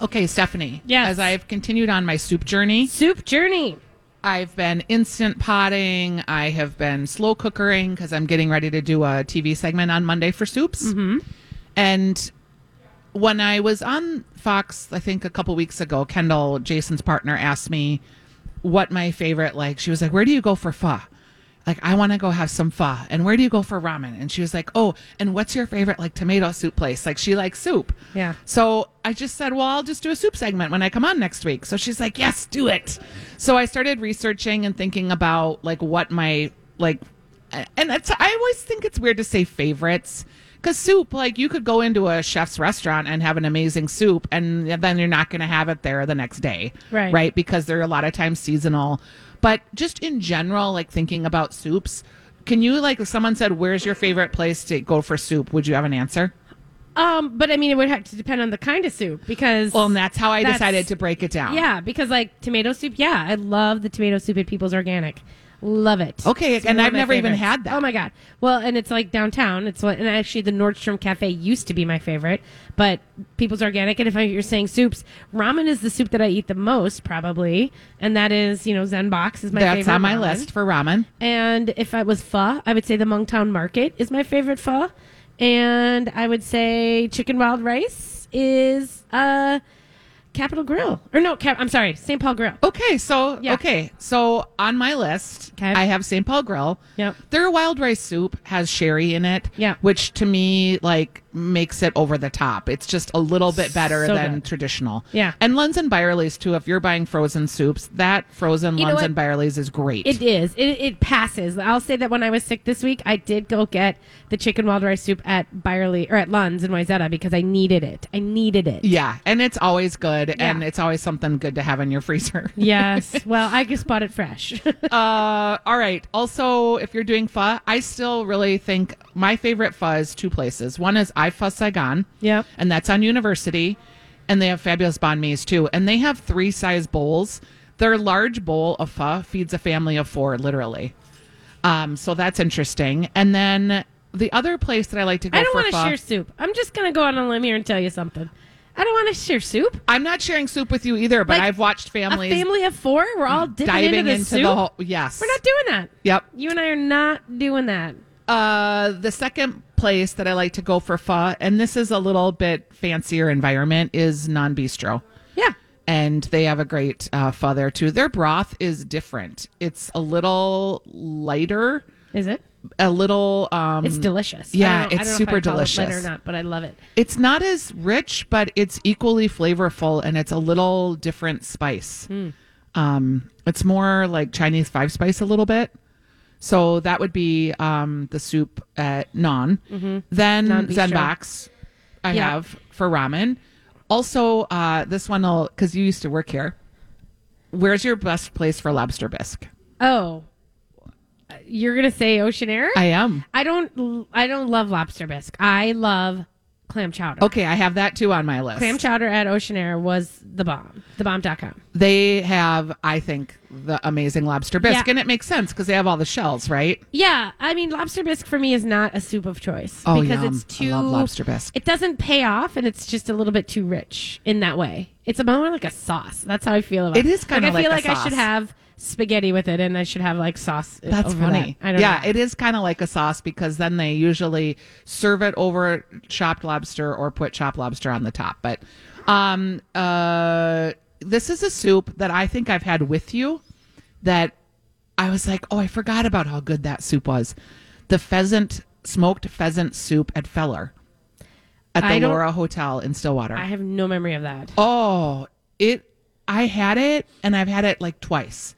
Speaker 1: Okay, Stephanie. Yes. As I've continued on my soup journey.
Speaker 2: Soup journey.
Speaker 1: I've been instant potting. I have been slow cookering because I'm getting ready to do a TV segment on Monday for soups. Mm-hmm. And when I was on Fox, I think a couple weeks ago, Kendall, Jason's partner, asked me what my favorite, like, she was like, Where do you go for pho? Like, I want to go have some pho. And where do you go for ramen? And she was like, Oh, and what's your favorite, like, tomato soup place? Like, she likes soup.
Speaker 2: Yeah.
Speaker 1: So I just said, well, I'll just do a soup segment when I come on next week. So she's like, yes, do it. So I started researching and thinking about like what my like, and it's, I always think it's weird to say favorites because soup, like you could go into a chef's restaurant and have an amazing soup, and then you're not going to have it there the next day,
Speaker 13: Right.
Speaker 1: Right, because they're a lot of times seasonal. But just in general, like thinking about soups, can you like if someone said, "Where's your favorite place to go for soup?" Would you have an answer?
Speaker 2: Um, but I mean, it would have to depend on the kind of soup because.
Speaker 1: Well, and that's how I
Speaker 2: that's-
Speaker 1: decided to break it down.
Speaker 2: Yeah, because like tomato soup. Yeah, I love the tomato soup at People's Organic. Love it.
Speaker 1: Okay,
Speaker 2: It's
Speaker 1: and
Speaker 2: one of
Speaker 1: I've
Speaker 2: my
Speaker 1: never even
Speaker 2: favorites.
Speaker 1: had that.
Speaker 2: Oh my god. Well, and it's like downtown. It's what, and actually the Nordstrom Cafe used to be my favorite, but People's Organic. And if I, you're saying soups, ramen is the soup that I eat the most probably, and that is you know Zen Box is my
Speaker 1: That's
Speaker 2: favorite.
Speaker 1: on my
Speaker 2: ramen.
Speaker 1: list for ramen.
Speaker 2: And if I was pho, I would say the Mungtown Market is my favorite pho. And I would say chicken wild rice is uh Capital Grill. Or no, Cap- I'm sorry, St. Paul Grill.
Speaker 1: Okay, so okay, so on my list, I have St. Paul Grill. Yep. Their wild rice soup has sherry in it. Yeah. Which to me, like, makes it over the top. It's just a little bit better
Speaker 2: So
Speaker 1: than
Speaker 2: good.
Speaker 1: traditional.
Speaker 2: Yeah.
Speaker 1: And Lunds & Byerly's too. If you're buying frozen soups, that frozen
Speaker 2: You know
Speaker 1: Lunds
Speaker 2: what?
Speaker 1: and Byerly's is great.
Speaker 2: It is. It, it passes. I'll say that when I was sick this week, I did go get the chicken wild rice soup at Byerly or at Lund's in Wayzata because I needed it. I needed it.
Speaker 1: yeah, and it's always good, and it's always something good to have in your freezer.
Speaker 2: yes. Well, I just bought it fresh.
Speaker 1: uh, all right. Also, if you're doing pho, I still really think my favorite pho is two places. One is I Pho Saigon.
Speaker 2: Yep.
Speaker 1: And that's on University. And they have fabulous banh mi's too. And they have three size bowls. Their large bowl of pho feeds a family of four, literally. Um, so that's interesting. And then the other place that I like to go
Speaker 2: I don't
Speaker 1: for
Speaker 2: want to
Speaker 1: pho-
Speaker 2: share soup. I'm just going to go on a limb here and tell you something. I don't want to share soup.
Speaker 1: I'm not sharing soup with you either, but I've watched families
Speaker 2: A family of four, we're all dipping
Speaker 1: diving
Speaker 2: into the soup.
Speaker 1: whole. Yes.
Speaker 2: We're not doing that.
Speaker 1: Yep.
Speaker 2: You and I are not doing that.
Speaker 1: Uh, the second place that I like to go for pho, and this is a little bit fancier environment, is Non Bistro.
Speaker 2: Yeah.
Speaker 1: And they have a great uh, pho there too. Their broth is different. It's a little lighter.
Speaker 2: Is it?
Speaker 1: A little. Um,
Speaker 2: It's delicious. I
Speaker 1: Mm. Yeah,
Speaker 2: don't know- I
Speaker 1: it's
Speaker 2: don't know if
Speaker 1: super
Speaker 2: I'd call it
Speaker 1: delicious.
Speaker 2: light or not, but I love it.
Speaker 1: It's not as rich, but it's equally flavorful, and it's a little different spice.
Speaker 2: Mm.
Speaker 1: Um, it's more like Chinese five spice a little bit. So that would be um, the soup at Nan.
Speaker 2: Mhm.
Speaker 1: Then
Speaker 2: Nan Bistro.
Speaker 1: Zenbox I
Speaker 2: Yeah.
Speaker 1: have for ramen. Also, uh, this one will because you used to work here. Where's your best place for lobster bisque?
Speaker 2: Oh, you're gonna say ocean air?
Speaker 1: I am.
Speaker 2: I don't. I don't love lobster bisque. I love clam chowder.
Speaker 1: Okay, I have that too on my list.
Speaker 2: Clam chowder at ocean air was the bomb. The bomb.com.
Speaker 1: They have, I think, the amazing lobster bisque,
Speaker 2: Yeah.
Speaker 1: and it makes sense because they have all the shells, right?
Speaker 2: Yeah, I mean lobster bisque for me is not a soup of choice
Speaker 1: Oh,
Speaker 2: because
Speaker 1: yum.
Speaker 2: it's
Speaker 1: I
Speaker 2: too
Speaker 1: love lobster bisque.
Speaker 2: It doesn't pay off, and it's just a little bit too rich in that way. It's more like a sauce. That's how I feel about it.
Speaker 1: It is kinda
Speaker 2: I feel
Speaker 1: like
Speaker 2: like
Speaker 1: a
Speaker 2: I should
Speaker 1: sauce.
Speaker 2: have spaghetti with it, and I should have like sauce.
Speaker 1: That's
Speaker 2: over
Speaker 1: funny.
Speaker 2: that. I don't
Speaker 1: yeah,
Speaker 2: know.
Speaker 1: it is kind of like a sauce because then they usually serve it over chopped lobster or put chopped lobster on the top. But um, uh, this is a soup that I think I've had with you that I was like, oh, I forgot about how good that soup was. The pheasant, smoked pheasant soup at Feller at
Speaker 2: I
Speaker 1: the
Speaker 2: don't-
Speaker 1: Laura Hotel in Stillwater.
Speaker 2: I have no memory of that.
Speaker 1: Oh, it. I had it, and I've had it like twice.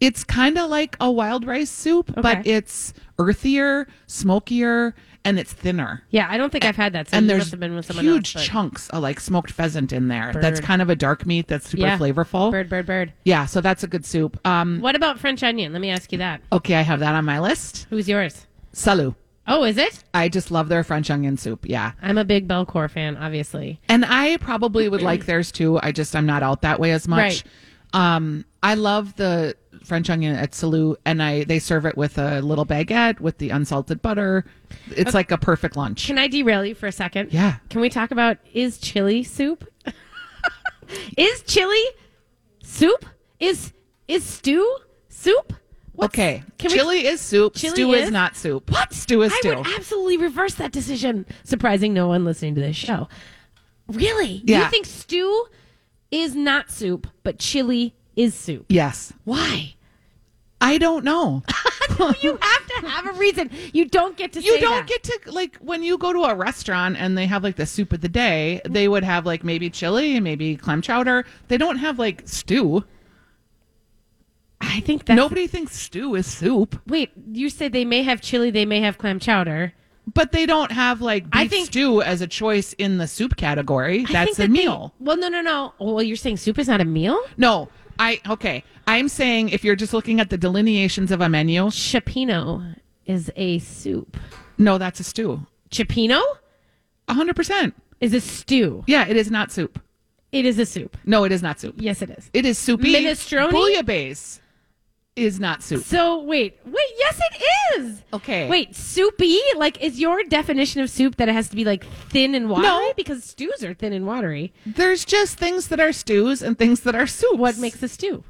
Speaker 1: It's kind of like a wild rice soup, but it's earthier, smokier, and it's thinner.
Speaker 2: Yeah, I don't think I've had that. So
Speaker 1: and
Speaker 2: you
Speaker 1: there's
Speaker 2: must have been with someone
Speaker 1: huge
Speaker 2: else, but-
Speaker 1: chunks of like smoked pheasant in there. That's
Speaker 2: Bird.
Speaker 1: kind of a dark meat that's super
Speaker 2: Yeah.
Speaker 1: flavorful.
Speaker 2: Bird, bird, bird.
Speaker 1: Yeah, so that's a good soup. Um,
Speaker 2: What about French onion? Let me ask you that.
Speaker 1: okay, I have that on my list.
Speaker 2: Who's yours?
Speaker 1: Salut.
Speaker 2: Oh, is it?
Speaker 1: I just love their French onion soup. Yeah.
Speaker 2: I'm a big Belcour fan, obviously.
Speaker 1: And I probably would like theirs too. I just I'm not out that way as much.
Speaker 2: Right.
Speaker 1: Um I love the French onion at Salou and I they serve it with a little baguette with the unsalted butter. It's
Speaker 2: Okay.
Speaker 1: like a perfect lunch.
Speaker 2: Can I derail you for a second?
Speaker 1: Yeah.
Speaker 2: Can we talk about is chili soup? is chili soup? Is is stew soup? What's-
Speaker 1: okay.
Speaker 2: Can we-
Speaker 1: chili is soup.
Speaker 2: Chili
Speaker 1: stew is?
Speaker 2: is?
Speaker 1: not soup.
Speaker 2: What?
Speaker 1: Stew is
Speaker 2: I
Speaker 1: stew.
Speaker 2: would absolutely reverse that decision. Surprising no one listening to this show. Really?
Speaker 1: Yeah.
Speaker 2: You think stew is not soup, but chili is soup?
Speaker 1: yes.
Speaker 2: Why?
Speaker 1: I don't know.
Speaker 2: you have to have a reason. You don't get to.
Speaker 1: You
Speaker 2: say
Speaker 1: don't
Speaker 2: that.
Speaker 1: get to like when you go to a restaurant and they have like the soup of the day, they would have like maybe chili and maybe clam chowder. They don't have like stew.
Speaker 2: I think that's
Speaker 1: Nobody thinks stew is soup.
Speaker 2: Wait, you said they may have chili, they may have clam chowder.
Speaker 1: But they don't have like beef
Speaker 2: I think-
Speaker 1: stew as a choice in the soup category.
Speaker 2: I
Speaker 1: That's
Speaker 2: think
Speaker 1: a
Speaker 2: that they-
Speaker 1: meal.
Speaker 2: well, no, no, no. Oh, Well, you're saying soup is not a meal?
Speaker 1: No, I okay. I'm saying if you're just looking at the delineations of a menu,
Speaker 2: chapino is a soup.
Speaker 1: No, that's a stew.
Speaker 2: Chapino?
Speaker 1: 100%.
Speaker 2: Is a stew.
Speaker 1: Yeah, it is not soup.
Speaker 2: It is a soup.
Speaker 1: No, it is not soup.
Speaker 2: Yes, it is.
Speaker 1: It is soupy.
Speaker 2: Minestrone?
Speaker 1: Bouillabaisse is not soup.
Speaker 2: So wait, wait. Yes, it is.
Speaker 1: Okay.
Speaker 2: Wait, soupy? Like, is your definition of soup that it has to be like thin and watery?
Speaker 1: No.
Speaker 2: because stews are thin and watery.
Speaker 1: There's just things that are stews and things that are soups.
Speaker 2: What makes a stew?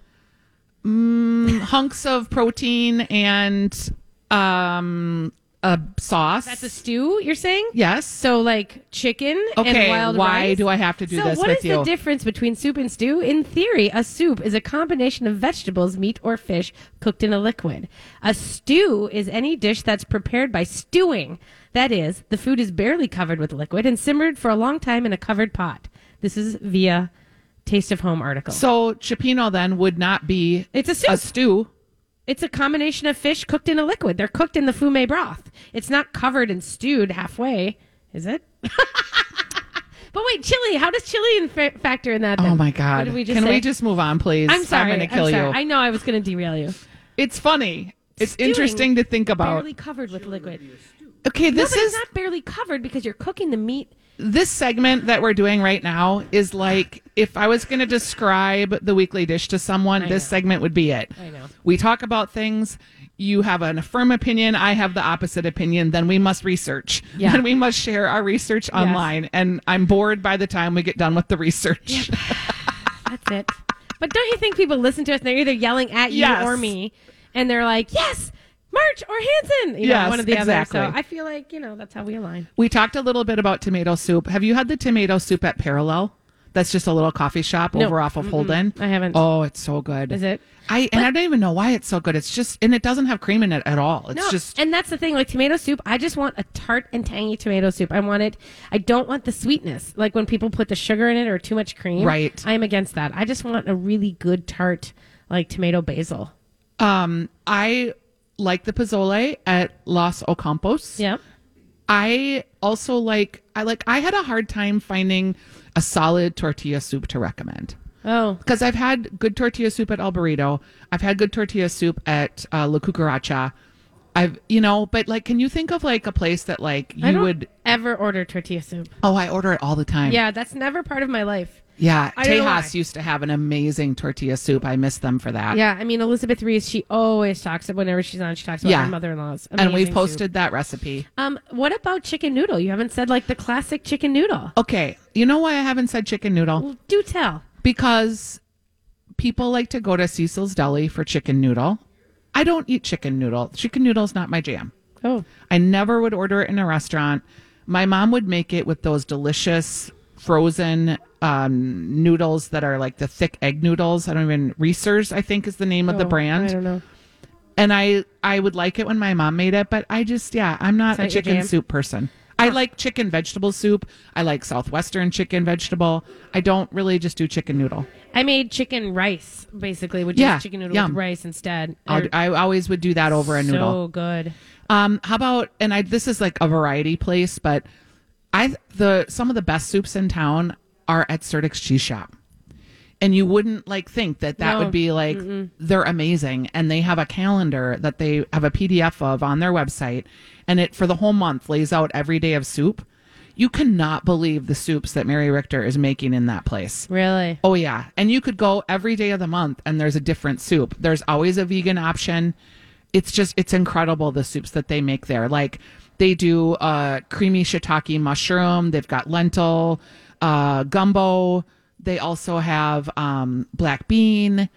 Speaker 1: Mm, hunks of protein and um, a sauce.
Speaker 2: That's a stew, you're saying?
Speaker 1: Yes.
Speaker 2: So like chicken
Speaker 1: Okay,
Speaker 2: and wild
Speaker 1: why
Speaker 2: rice?
Speaker 1: do I have to do
Speaker 2: so
Speaker 1: this
Speaker 2: what
Speaker 1: with
Speaker 2: is
Speaker 1: you?
Speaker 2: the difference between soup and stew? In theory, a soup is a combination of vegetables, meat, or fish cooked in a liquid. A stew is any dish that's prepared by stewing. That is, the food is barely covered with liquid and simmered for a long time in a covered pot. This is via Taste of Home article.
Speaker 1: So uh, Chipino then would not be
Speaker 2: It's a soup.
Speaker 1: A stew.
Speaker 2: It's a combination of fish cooked in a liquid. They're cooked in the fume broth. It's not covered and stewed halfway, is it? but wait, chili. How does chili in fa- factor in that?
Speaker 1: Oh
Speaker 2: then?
Speaker 1: my
Speaker 2: What
Speaker 1: god.
Speaker 2: did we just
Speaker 1: Can
Speaker 2: say?
Speaker 1: we just move on please?
Speaker 2: I'm sorry.
Speaker 1: I'm gonna kill
Speaker 2: sorry.
Speaker 1: you.
Speaker 2: I know I was going to derail you.
Speaker 1: It's funny. It's
Speaker 2: Stewing,
Speaker 1: interesting to think about.
Speaker 2: Barely covered with liquid.
Speaker 1: Okay,
Speaker 2: No,
Speaker 1: this
Speaker 2: but it's
Speaker 1: is
Speaker 2: not barely covered because you're cooking the meat.
Speaker 1: this segment that we're doing right now is like if I was going to describe the weekly dish to someone,
Speaker 2: I
Speaker 1: this
Speaker 2: know.
Speaker 1: segment would be it.
Speaker 2: I know.
Speaker 1: We talk about things. You have an firm opinion. I have the opposite opinion. Then we must research.
Speaker 2: Yeah.
Speaker 1: Then we must share our research online. And I'm bored by the time we get done with the research.
Speaker 2: That's it. But don't you think people listen to us and they're either yelling at you
Speaker 1: Yes.
Speaker 2: or me and they're like, yes, March or Hanson? You
Speaker 1: Yes,
Speaker 2: know, one of the
Speaker 1: exactly.
Speaker 2: other. So I feel like, you know, that's how we align.
Speaker 1: We talked a little bit about tomato soup. Have you had the tomato soup at Parallel? That's just a little coffee shop
Speaker 2: No.
Speaker 1: over off of
Speaker 2: Mm-mm.
Speaker 1: Holden.
Speaker 2: I haven't.
Speaker 1: Oh, it's so good.
Speaker 2: Is it?
Speaker 1: I and I don't even know why it's so good. It's just and it doesn't have cream in it at all. It's
Speaker 2: no,
Speaker 1: just
Speaker 2: and that's the thing. Like tomato soup, I just want a tart and tangy tomato soup. I want it. I don't want the sweetness, like when people put the sugar in it or too much cream.
Speaker 1: Right.
Speaker 2: I'm against that. I just want a really good tart, like tomato basil.
Speaker 1: um I like the pozole at Los Ocampos.
Speaker 2: Yeah.
Speaker 1: I also like I like I had a hard time finding a solid tortilla soup to recommend.
Speaker 2: Oh,
Speaker 1: because I've had good tortilla soup at El Burrito. I've had good tortilla soup at uh, La Cucaracha. I've, you know, but like, can you think of like a place that like
Speaker 2: I
Speaker 1: you
Speaker 2: don't
Speaker 1: would?
Speaker 2: ever order tortilla soup.
Speaker 1: Oh, I order it all the time.
Speaker 2: Yeah, that's never part of my life.
Speaker 1: yeah.
Speaker 2: I don't know why.
Speaker 1: Tejas used to have an amazing tortilla soup. I miss them for that.
Speaker 2: Yeah, I mean Elizabeth Reese. She always talks about whenever she's on. She talks about
Speaker 1: Yeah.
Speaker 2: her mother-in-law's.
Speaker 1: and we've
Speaker 2: amazing
Speaker 1: posted
Speaker 2: soup.
Speaker 1: that recipe.
Speaker 2: Um, what about chicken noodle? You haven't said like the classic chicken noodle.
Speaker 1: Okay, you know why I haven't said chicken noodle?
Speaker 2: Well, do tell.
Speaker 1: because people like to go to Cecil's Deli for chicken noodle. I don't eat chicken noodle. Chicken noodle's not my jam.
Speaker 2: Oh.
Speaker 1: I never would order it in a restaurant. My mom would make it with those delicious frozen um, noodles that are like the thick egg noodles. I don't even Reese's, I think is the name of the
Speaker 2: Oh,
Speaker 1: brand.
Speaker 2: I don't know.
Speaker 1: And I I would like it when my mom made it, but I just yeah, I'm not
Speaker 2: It's
Speaker 1: a
Speaker 2: not your
Speaker 1: chicken
Speaker 2: jam?
Speaker 1: soup person. I like chicken vegetable soup. I like southwestern chicken vegetable. I don't really just do chicken noodle.
Speaker 2: I made chicken rice basically, which
Speaker 1: Yeah,
Speaker 2: is chicken noodle
Speaker 1: yum.
Speaker 2: with rice instead.
Speaker 1: I, I always would do that over a
Speaker 2: So
Speaker 1: noodle.
Speaker 2: good.
Speaker 1: Um, how about and I this is like a variety place, but I the some of the best soups in town are at Certic's Cheese Shop. And you wouldn't like think that that
Speaker 2: No.
Speaker 1: would be like they're amazing and they have a calendar that they have a PDF of on their website and it for the whole month lays out every day of soup. You cannot believe the soups that Mary Richter is making in that place.
Speaker 2: Really?
Speaker 1: Oh yeah, and you could go every day of the month, and there's a different soup. There's always a vegan option. It's just it's incredible the soups that they make there. Like they do uh, creamy shiitake mushroom. They've got lentil uh, gumbo. They also have um, black bean.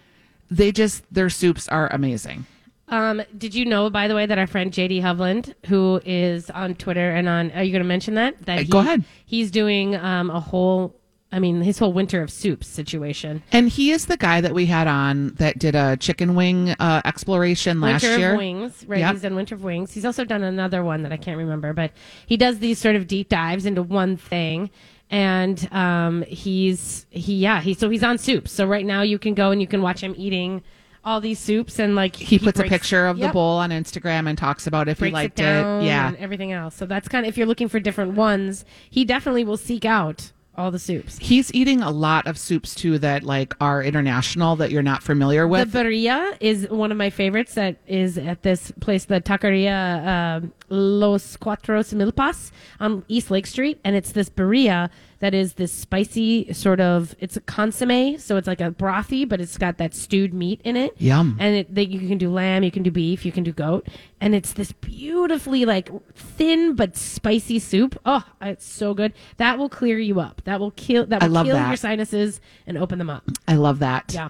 Speaker 1: They just their soups are amazing.
Speaker 2: Um, did you know, by the way, that our friend JD Hovland, who is on Twitter and on, are you going to mention that? That
Speaker 1: Uh, go ahead.
Speaker 2: He's doing um, a whole, I mean, his whole winter of soups situation.
Speaker 1: And he is the guy that we had on that did a chicken wing uh, exploration last
Speaker 2: Winter
Speaker 1: year.
Speaker 2: of Wings, right?
Speaker 1: Yep.
Speaker 2: He's done Winter of Wings. He's also done another one that I can't remember, but he does these sort of deep dives into one thing. And um, he's he yeah he so he's on soups. So right now you can go and you can watch him eating all these soups and like
Speaker 1: He, puts
Speaker 2: breaks-
Speaker 1: a picture of the
Speaker 2: Yep.
Speaker 1: bowl on Instagram and talks about if he
Speaker 2: breaks
Speaker 1: liked
Speaker 2: it down
Speaker 1: Yeah.
Speaker 2: and everything else. So that's kind of if you're looking for different ones, he definitely will seek out all the soups.
Speaker 1: He's eating a lot of soups too that like are international that you're not familiar with.
Speaker 2: the birria is one of my favorites that is at this place, the Taqueria um Los Cuatros Milpas on East Lake Street. And it's this birria that is this spicy sort of, it's a consomme. So it's like a brothy, but it's got that stewed meat in it.
Speaker 1: Yum.
Speaker 2: And it, they, you can do lamb, you can do beef, you can do goat. And it's this beautifully like thin but spicy soup. Oh, it's so good. That will clear you up. That will kill, that
Speaker 1: I
Speaker 2: will
Speaker 1: love
Speaker 2: kill
Speaker 1: that.
Speaker 2: your sinuses and open them up.
Speaker 1: I love that.
Speaker 2: Yeah.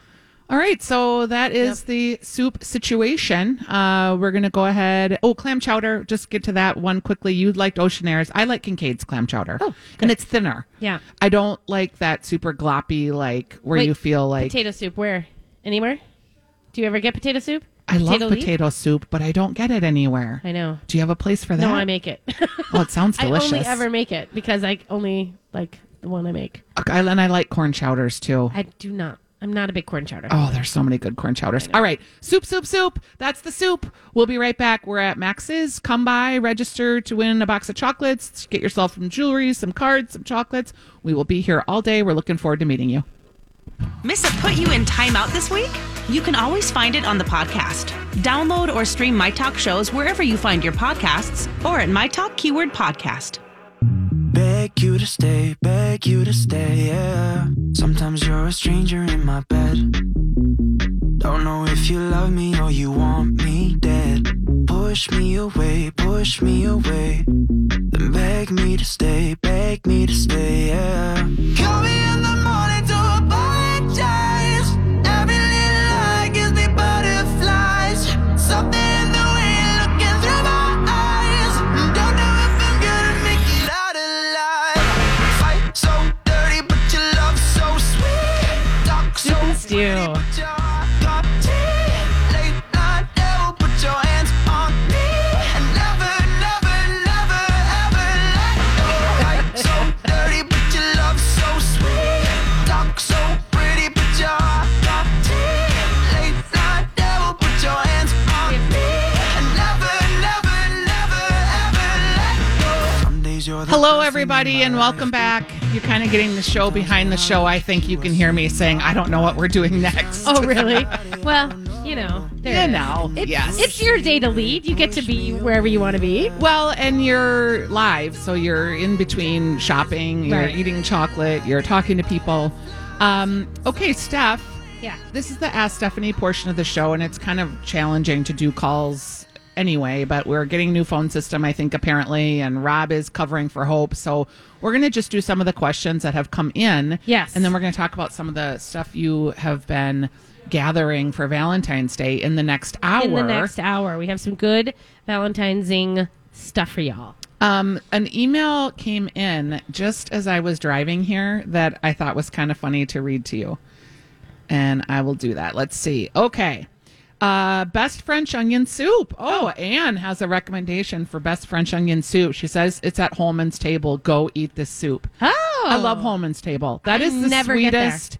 Speaker 1: All right, so that is the soup situation. Uh, we're gonna go ahead. Oh, clam chowder. Just get to that one quickly. You liked Ocean Airs. I like Kincaid's clam chowder. Oh, and it's thinner.
Speaker 2: Yeah.
Speaker 1: I don't like that super gloppy, like where
Speaker 2: Wait,
Speaker 1: you feel like
Speaker 2: potato soup. Where? Anywhere? Do you ever get potato soup?
Speaker 1: I love
Speaker 2: leaf?
Speaker 1: potato soup, but I don't get it anywhere.
Speaker 2: I know.
Speaker 1: Do you have a place for that?
Speaker 2: No, I make it.
Speaker 1: Oh, it sounds
Speaker 2: I
Speaker 1: delicious.
Speaker 2: only ever make it because I only like the one I make.
Speaker 1: I, and I like corn chowders too.
Speaker 2: I do not. I'm not a big corn chowder.
Speaker 1: Oh, there's so many good corn chowders. All right. Soup, soup, soup. That's the soup. We'll be right back. We're at Max's. Come by, register to win a box of chocolates. Get yourself some jewelry, some cards, some chocolates. We will be here all day. We're looking forward to meeting you.
Speaker 10: Miss a put you in timeout this week? You can always find it on the podcast. Download or stream My Talk shows wherever you find your podcasts or at My Talk Keyword Podcast.
Speaker 11: Beg you to stay, beg you to stay, yeah. Sometimes you're a stranger in my bed. Don't know if you love me or you want me dead. Push me away, push me away. Then beg me to stay, beg me to stay, yeah. Call me in the morning to apologize. Every little lie gives me butterflies. Something in the way you're looking through my eyes. Don't know if I'm gonna make it out alive. Fight so dirty, but your love so sweet. Talk so pretty, but your heart got teeth. Late night, devil, put your hands on me. And never, never, never, ever let go. Fight so dirty, but your love so sweet. Talk so pretty, but your heart got teeth. Late night, devil, put your hands on me. And never, never, never, ever let go. Some days you're the
Speaker 1: Hello, everybody, and welcome back. You're kind of getting the show behind the show. I think you can hear me saying, I don't know what we're doing next.
Speaker 2: Oh, really? well, you know, there
Speaker 1: You
Speaker 2: it is.
Speaker 1: know,
Speaker 2: It's-
Speaker 1: yes.
Speaker 2: It's your day to lead. You get to be wherever you want to be.
Speaker 1: Well, and you're live, so you're in between shopping, you're
Speaker 2: Right.
Speaker 1: eating chocolate, you're talking to people. Um, okay, Steph.
Speaker 2: Yeah.
Speaker 1: This is the Ask Stephanie portion of the show, and it's kind of challenging to do calls anyway, but we're getting new phone system, I think, apparently, and Rob is covering for hope. So we're going to just do some of the questions that have come in.
Speaker 2: Yes.
Speaker 1: And then we're going to talk about some of the stuff you have been gathering for Valentine's Day in the next hour.
Speaker 2: In the next hour, we have some good Valentine'sing stuff for y'all.
Speaker 1: Um, an email came in just as I was driving here that I thought was kind of funny to read to you. And I will do that. Let's see. Okay. Uh, best French onion soup. Oh, Anne has a recommendation for best French onion soup. She says it's at Holman's Table. Go eat this soup.
Speaker 2: Oh,
Speaker 1: I love Holman's Table. That
Speaker 2: I
Speaker 1: is the
Speaker 2: never get there.
Speaker 1: sweetest.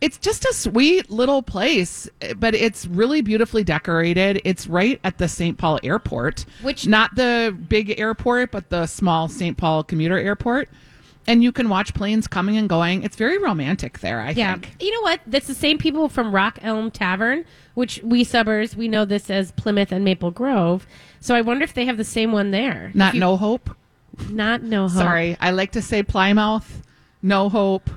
Speaker 1: It's just a sweet little place, but it's really beautifully decorated. It's right at the St. Paul airport,
Speaker 2: Which-
Speaker 1: not the big airport, but the small St. Paul commuter airport. And you can watch planes coming and going. It's very romantic there, I
Speaker 2: yeah.
Speaker 1: think.
Speaker 2: You know what? That's the same people from Rock Elm Tavern, which we subbers, we know this as Plymouth and Maple Grove. So I wonder if they have the same one there.
Speaker 1: Not
Speaker 2: If you-
Speaker 1: no hope.
Speaker 2: Not no hope.
Speaker 1: Sorry, I like to say Plymouth, no hope.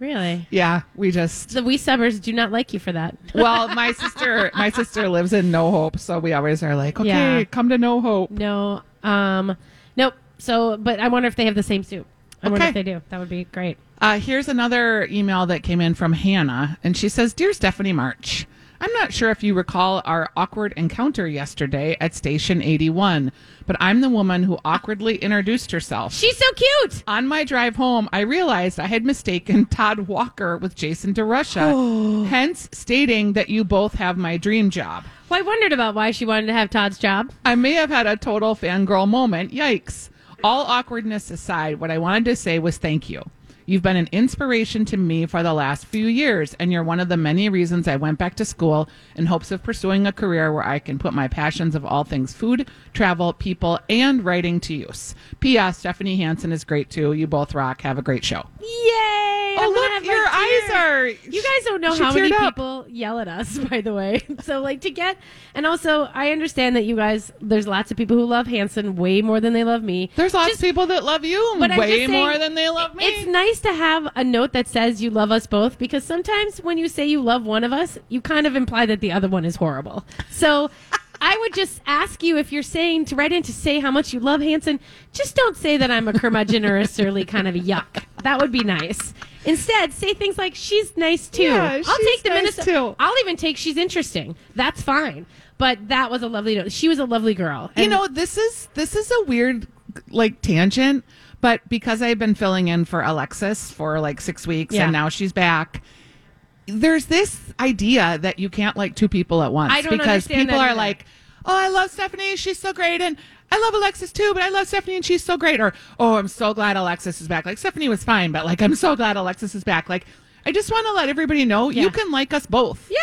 Speaker 2: Really?
Speaker 1: Yeah, we just
Speaker 2: So we subbers do not like you for that.
Speaker 1: well, my sister, my sister lives in No Hope, so we always are like, okay,
Speaker 2: Yeah.
Speaker 1: come to No Hope.
Speaker 2: No. Um nope. So but I wonder if they have the same soup. I wonder if
Speaker 1: Okay.
Speaker 2: they do. That would be great.
Speaker 1: Uh, here's another email that came in from Hannah, and she says, "Dear Stephanie March, I'm not sure if you recall our awkward encounter yesterday at Station 81, but I'm the woman who awkwardly introduced herself.
Speaker 2: She's so cute.
Speaker 1: On my drive home, I realized I had mistaken Todd Walker with Jason DeRusha, hence stating that you both have my dream job.
Speaker 2: Well, I wondered about why she wanted to have Todd's job.
Speaker 1: I may have had a total fangirl moment. Yikes. All awkwardness aside, what I wanted to say was thank you. You've been an inspiration to me for the last few years, and you're one of the many reasons I went back to school in hopes of pursuing a career where I can put my passions of all things food, travel, people, and writing to use. P.S. Stephanie Hansen is great too. You both rock. Have a great show.
Speaker 2: Yay!
Speaker 1: Oh,
Speaker 2: I'm gonna
Speaker 1: look,
Speaker 2: have my
Speaker 1: your eyes
Speaker 2: tears.
Speaker 1: are-
Speaker 2: You guys don't know
Speaker 1: she
Speaker 2: how many
Speaker 1: teared up.
Speaker 2: people yell at us, by the way. So, like, to get. And also, I understand that you guys, there's lots of people who love Hanson way more than they love me.
Speaker 1: There's lots of people that love you
Speaker 2: But I'm
Speaker 1: way
Speaker 2: just saying,
Speaker 1: more than they love me.
Speaker 2: It's nice to have a note that says you love us both because sometimes when you say you love one of us, you kind of imply that the other one is horrible. So I would just ask you if you're saying to write in to say how much you love Hanson, just don't say that I'm a curmudgeon or a surly kind of a yuck. That would be nice. Instead, say things like "She's nice too."
Speaker 7: Yeah,
Speaker 2: I'll
Speaker 7: she's
Speaker 2: take the
Speaker 7: nice
Speaker 2: Minnesota.
Speaker 7: too.
Speaker 2: I'll even take "She's interesting." That's fine. But that was a lovely note. She was a lovely girl.
Speaker 1: you know this is this is a weird like tangent but because i've been filling in for alexis for like six weeks
Speaker 2: Yeah.
Speaker 1: and now she's back there's this idea that you can't like two people at once
Speaker 2: I don't
Speaker 1: because
Speaker 2: understand
Speaker 1: people
Speaker 2: that
Speaker 1: are
Speaker 2: either.
Speaker 1: like oh i love stephanie she's so great and i love alexis too but i love stephanie and she's so great or oh i'm so glad alexis is back like stephanie was fine but like i'm so glad alexis is back like i just want to let everybody know you can like us both
Speaker 2: yeah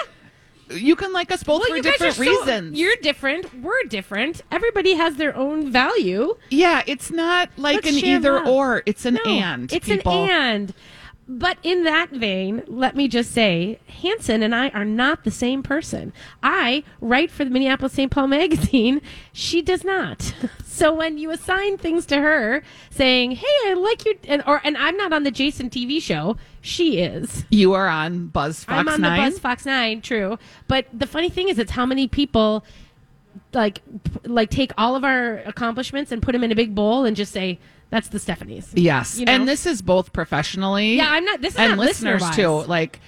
Speaker 1: you can like us both for different reasons
Speaker 2: you're different. We're different. Everybody has their own value.
Speaker 1: Yeah, it's not like an either or, it's an and,
Speaker 2: It's
Speaker 1: people.
Speaker 2: an and. But in that vein, let me just say, Hanson and I are not the same person. I write for the Minneapolis St. Paul magazine. She does not. So when you assign things to her, saying, "Hey, I like you," and or and I'm not on the Jason TV show, she is.
Speaker 1: You are on Buzz Fox
Speaker 2: I'm on
Speaker 1: 9.
Speaker 2: the bus Fox Nine, true. But the funny thing is, it's how many people like p- like take all of our accomplishments and put them in a big bowl and just say that's the Stephanie's.
Speaker 1: Yes.
Speaker 2: You know?
Speaker 1: And this is both professionally.
Speaker 2: Yeah, I'm not- this is
Speaker 1: and
Speaker 2: not
Speaker 1: listeners too.
Speaker 2: listener-wise.
Speaker 1: Like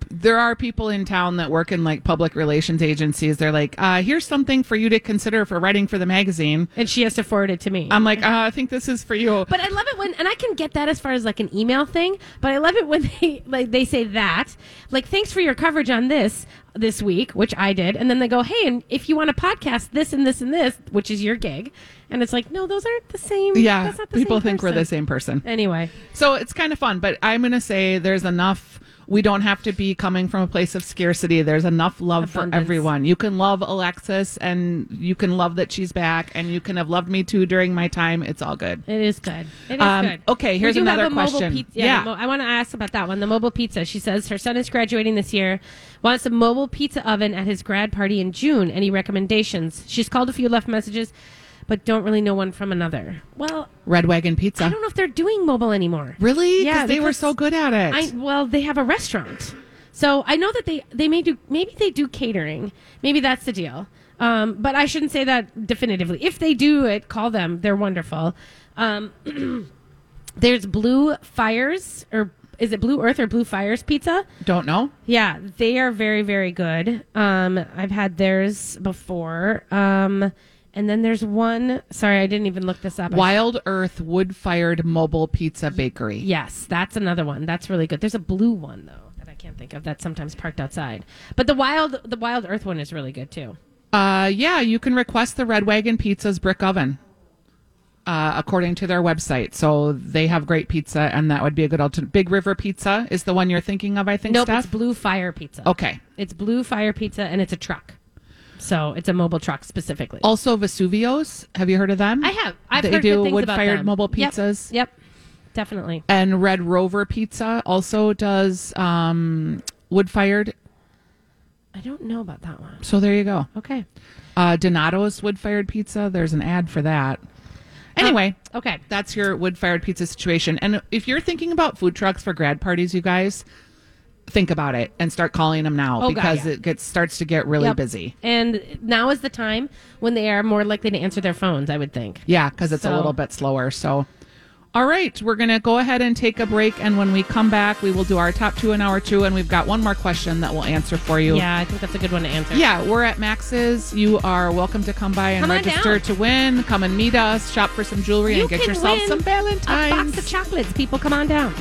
Speaker 1: p- there are people in town that work in like public relations agencies. They're like, uh, here's something for you to consider for writing for the magazine.
Speaker 2: And she has to forward it to me.
Speaker 1: I'm like, uh, I think this is for you.
Speaker 2: But I love it when, and I can get that as far as like an email thing. But I love it when they like they say that, like, thanks for your coverage on this this week, which I did, and then they go, hey, and if you want to podcast this and this and this, which is your gig, and it's like, no, those aren't the same.
Speaker 1: yeah.
Speaker 2: that's not the
Speaker 1: People
Speaker 2: same
Speaker 1: think we're the
Speaker 2: person.
Speaker 1: same person.
Speaker 2: Anyway,
Speaker 1: So it's kind of fun, but I'm going to say there's enough. We don't have to be coming from a place of scarcity. There's enough love for everyone. You can love Alexis and you can love that she's back and you can have loved me too during my time. It's all good.
Speaker 2: It is good. It is
Speaker 1: Um,
Speaker 2: good.
Speaker 1: okay, here's
Speaker 2: we do
Speaker 1: another
Speaker 2: have a mobile
Speaker 1: question.
Speaker 2: Pizza.
Speaker 1: Yeah.
Speaker 2: the mo- I want to ask about that one. The mobile pizza. She says her son is graduating this year, wants a mobile pizza oven at his grad party in June. Any recommendations? She's called a few, left messages, but don't really know one from another. Well,
Speaker 1: Red Wagon Pizza.
Speaker 2: I don't know if they're doing mobile anymore.
Speaker 1: Really?
Speaker 2: Yeah,
Speaker 1: 'Cause they were
Speaker 2: because
Speaker 1: so good at it.
Speaker 2: I, well, they have a restaurant, so I know that they they may do maybe they do catering. Maybe that's the deal. Um, but I shouldn't say that definitively. If they do it, call them. They're wonderful. Um, there's Blue Fires or is it Blue Earth or Blue Fires Pizza?
Speaker 1: Don't know.
Speaker 2: Yeah, they are very very good. Um, I've had theirs before. Um, and then there's one. Sorry, I didn't even look this up. I
Speaker 1: Wild Earth Wood Fired Mobile Pizza Bakery.
Speaker 2: Yes, that's another one. That's really good. There's a blue one though that I can't think of that's sometimes parked outside. But the wild the wild earth one is really good too.
Speaker 1: Uh, yeah, you can request the Red Wagon Pizza's brick oven. Uh, according to their website, so they have great pizza, and that would be a good alternative. Big River Pizza is the one you're thinking of, I think.
Speaker 2: nope,
Speaker 1: Steph?
Speaker 2: it's Blue Fire Pizza.
Speaker 1: Okay.
Speaker 2: It's Blue Fire Pizza and it's a truck. So it's a mobile truck specifically.
Speaker 1: Also, Vesuvios. Have you heard of them?
Speaker 2: I have. I've
Speaker 1: Oh, they
Speaker 2: heard good
Speaker 1: do
Speaker 2: things about
Speaker 1: wood-fired
Speaker 2: them.
Speaker 1: mobile
Speaker 2: Yep,
Speaker 1: pizzas.
Speaker 2: Yep. Definitely.
Speaker 1: And Red Rover Pizza also does um, wood-fired.
Speaker 2: I don't know about that one.
Speaker 1: So there you go.
Speaker 2: Okay.
Speaker 1: Uh, Donato's wood-fired pizza. There's an ad for that.
Speaker 2: Um,
Speaker 1: Anyway,
Speaker 2: okay.
Speaker 1: That's your wood-fired pizza situation. And if you're thinking about food trucks for grad parties, you guys think about it and start calling them now
Speaker 2: Oh, God,
Speaker 1: because
Speaker 2: yeah.
Speaker 1: it gets starts to get really
Speaker 2: Yep.
Speaker 1: busy.
Speaker 2: And now is the time when they are more likely to answer their phones, I would think.
Speaker 1: Yeah, because it's a
Speaker 2: So-
Speaker 1: little bit slower. So, all right, we're going to go ahead and take a break. And when we come back, we will do our top two in hour two. And we've got one more question that we'll answer for you.
Speaker 2: Yeah, I think that's a good one to answer.
Speaker 1: Yeah, we're at Max's. You are welcome to come by and
Speaker 2: Come on
Speaker 1: register
Speaker 2: down.
Speaker 1: to win. Come and meet us, shop for some jewelry,
Speaker 2: You
Speaker 1: and get
Speaker 2: can
Speaker 1: yourself
Speaker 2: win
Speaker 1: some
Speaker 2: a
Speaker 1: Valentine's.
Speaker 2: box of chocolates. People, come on down.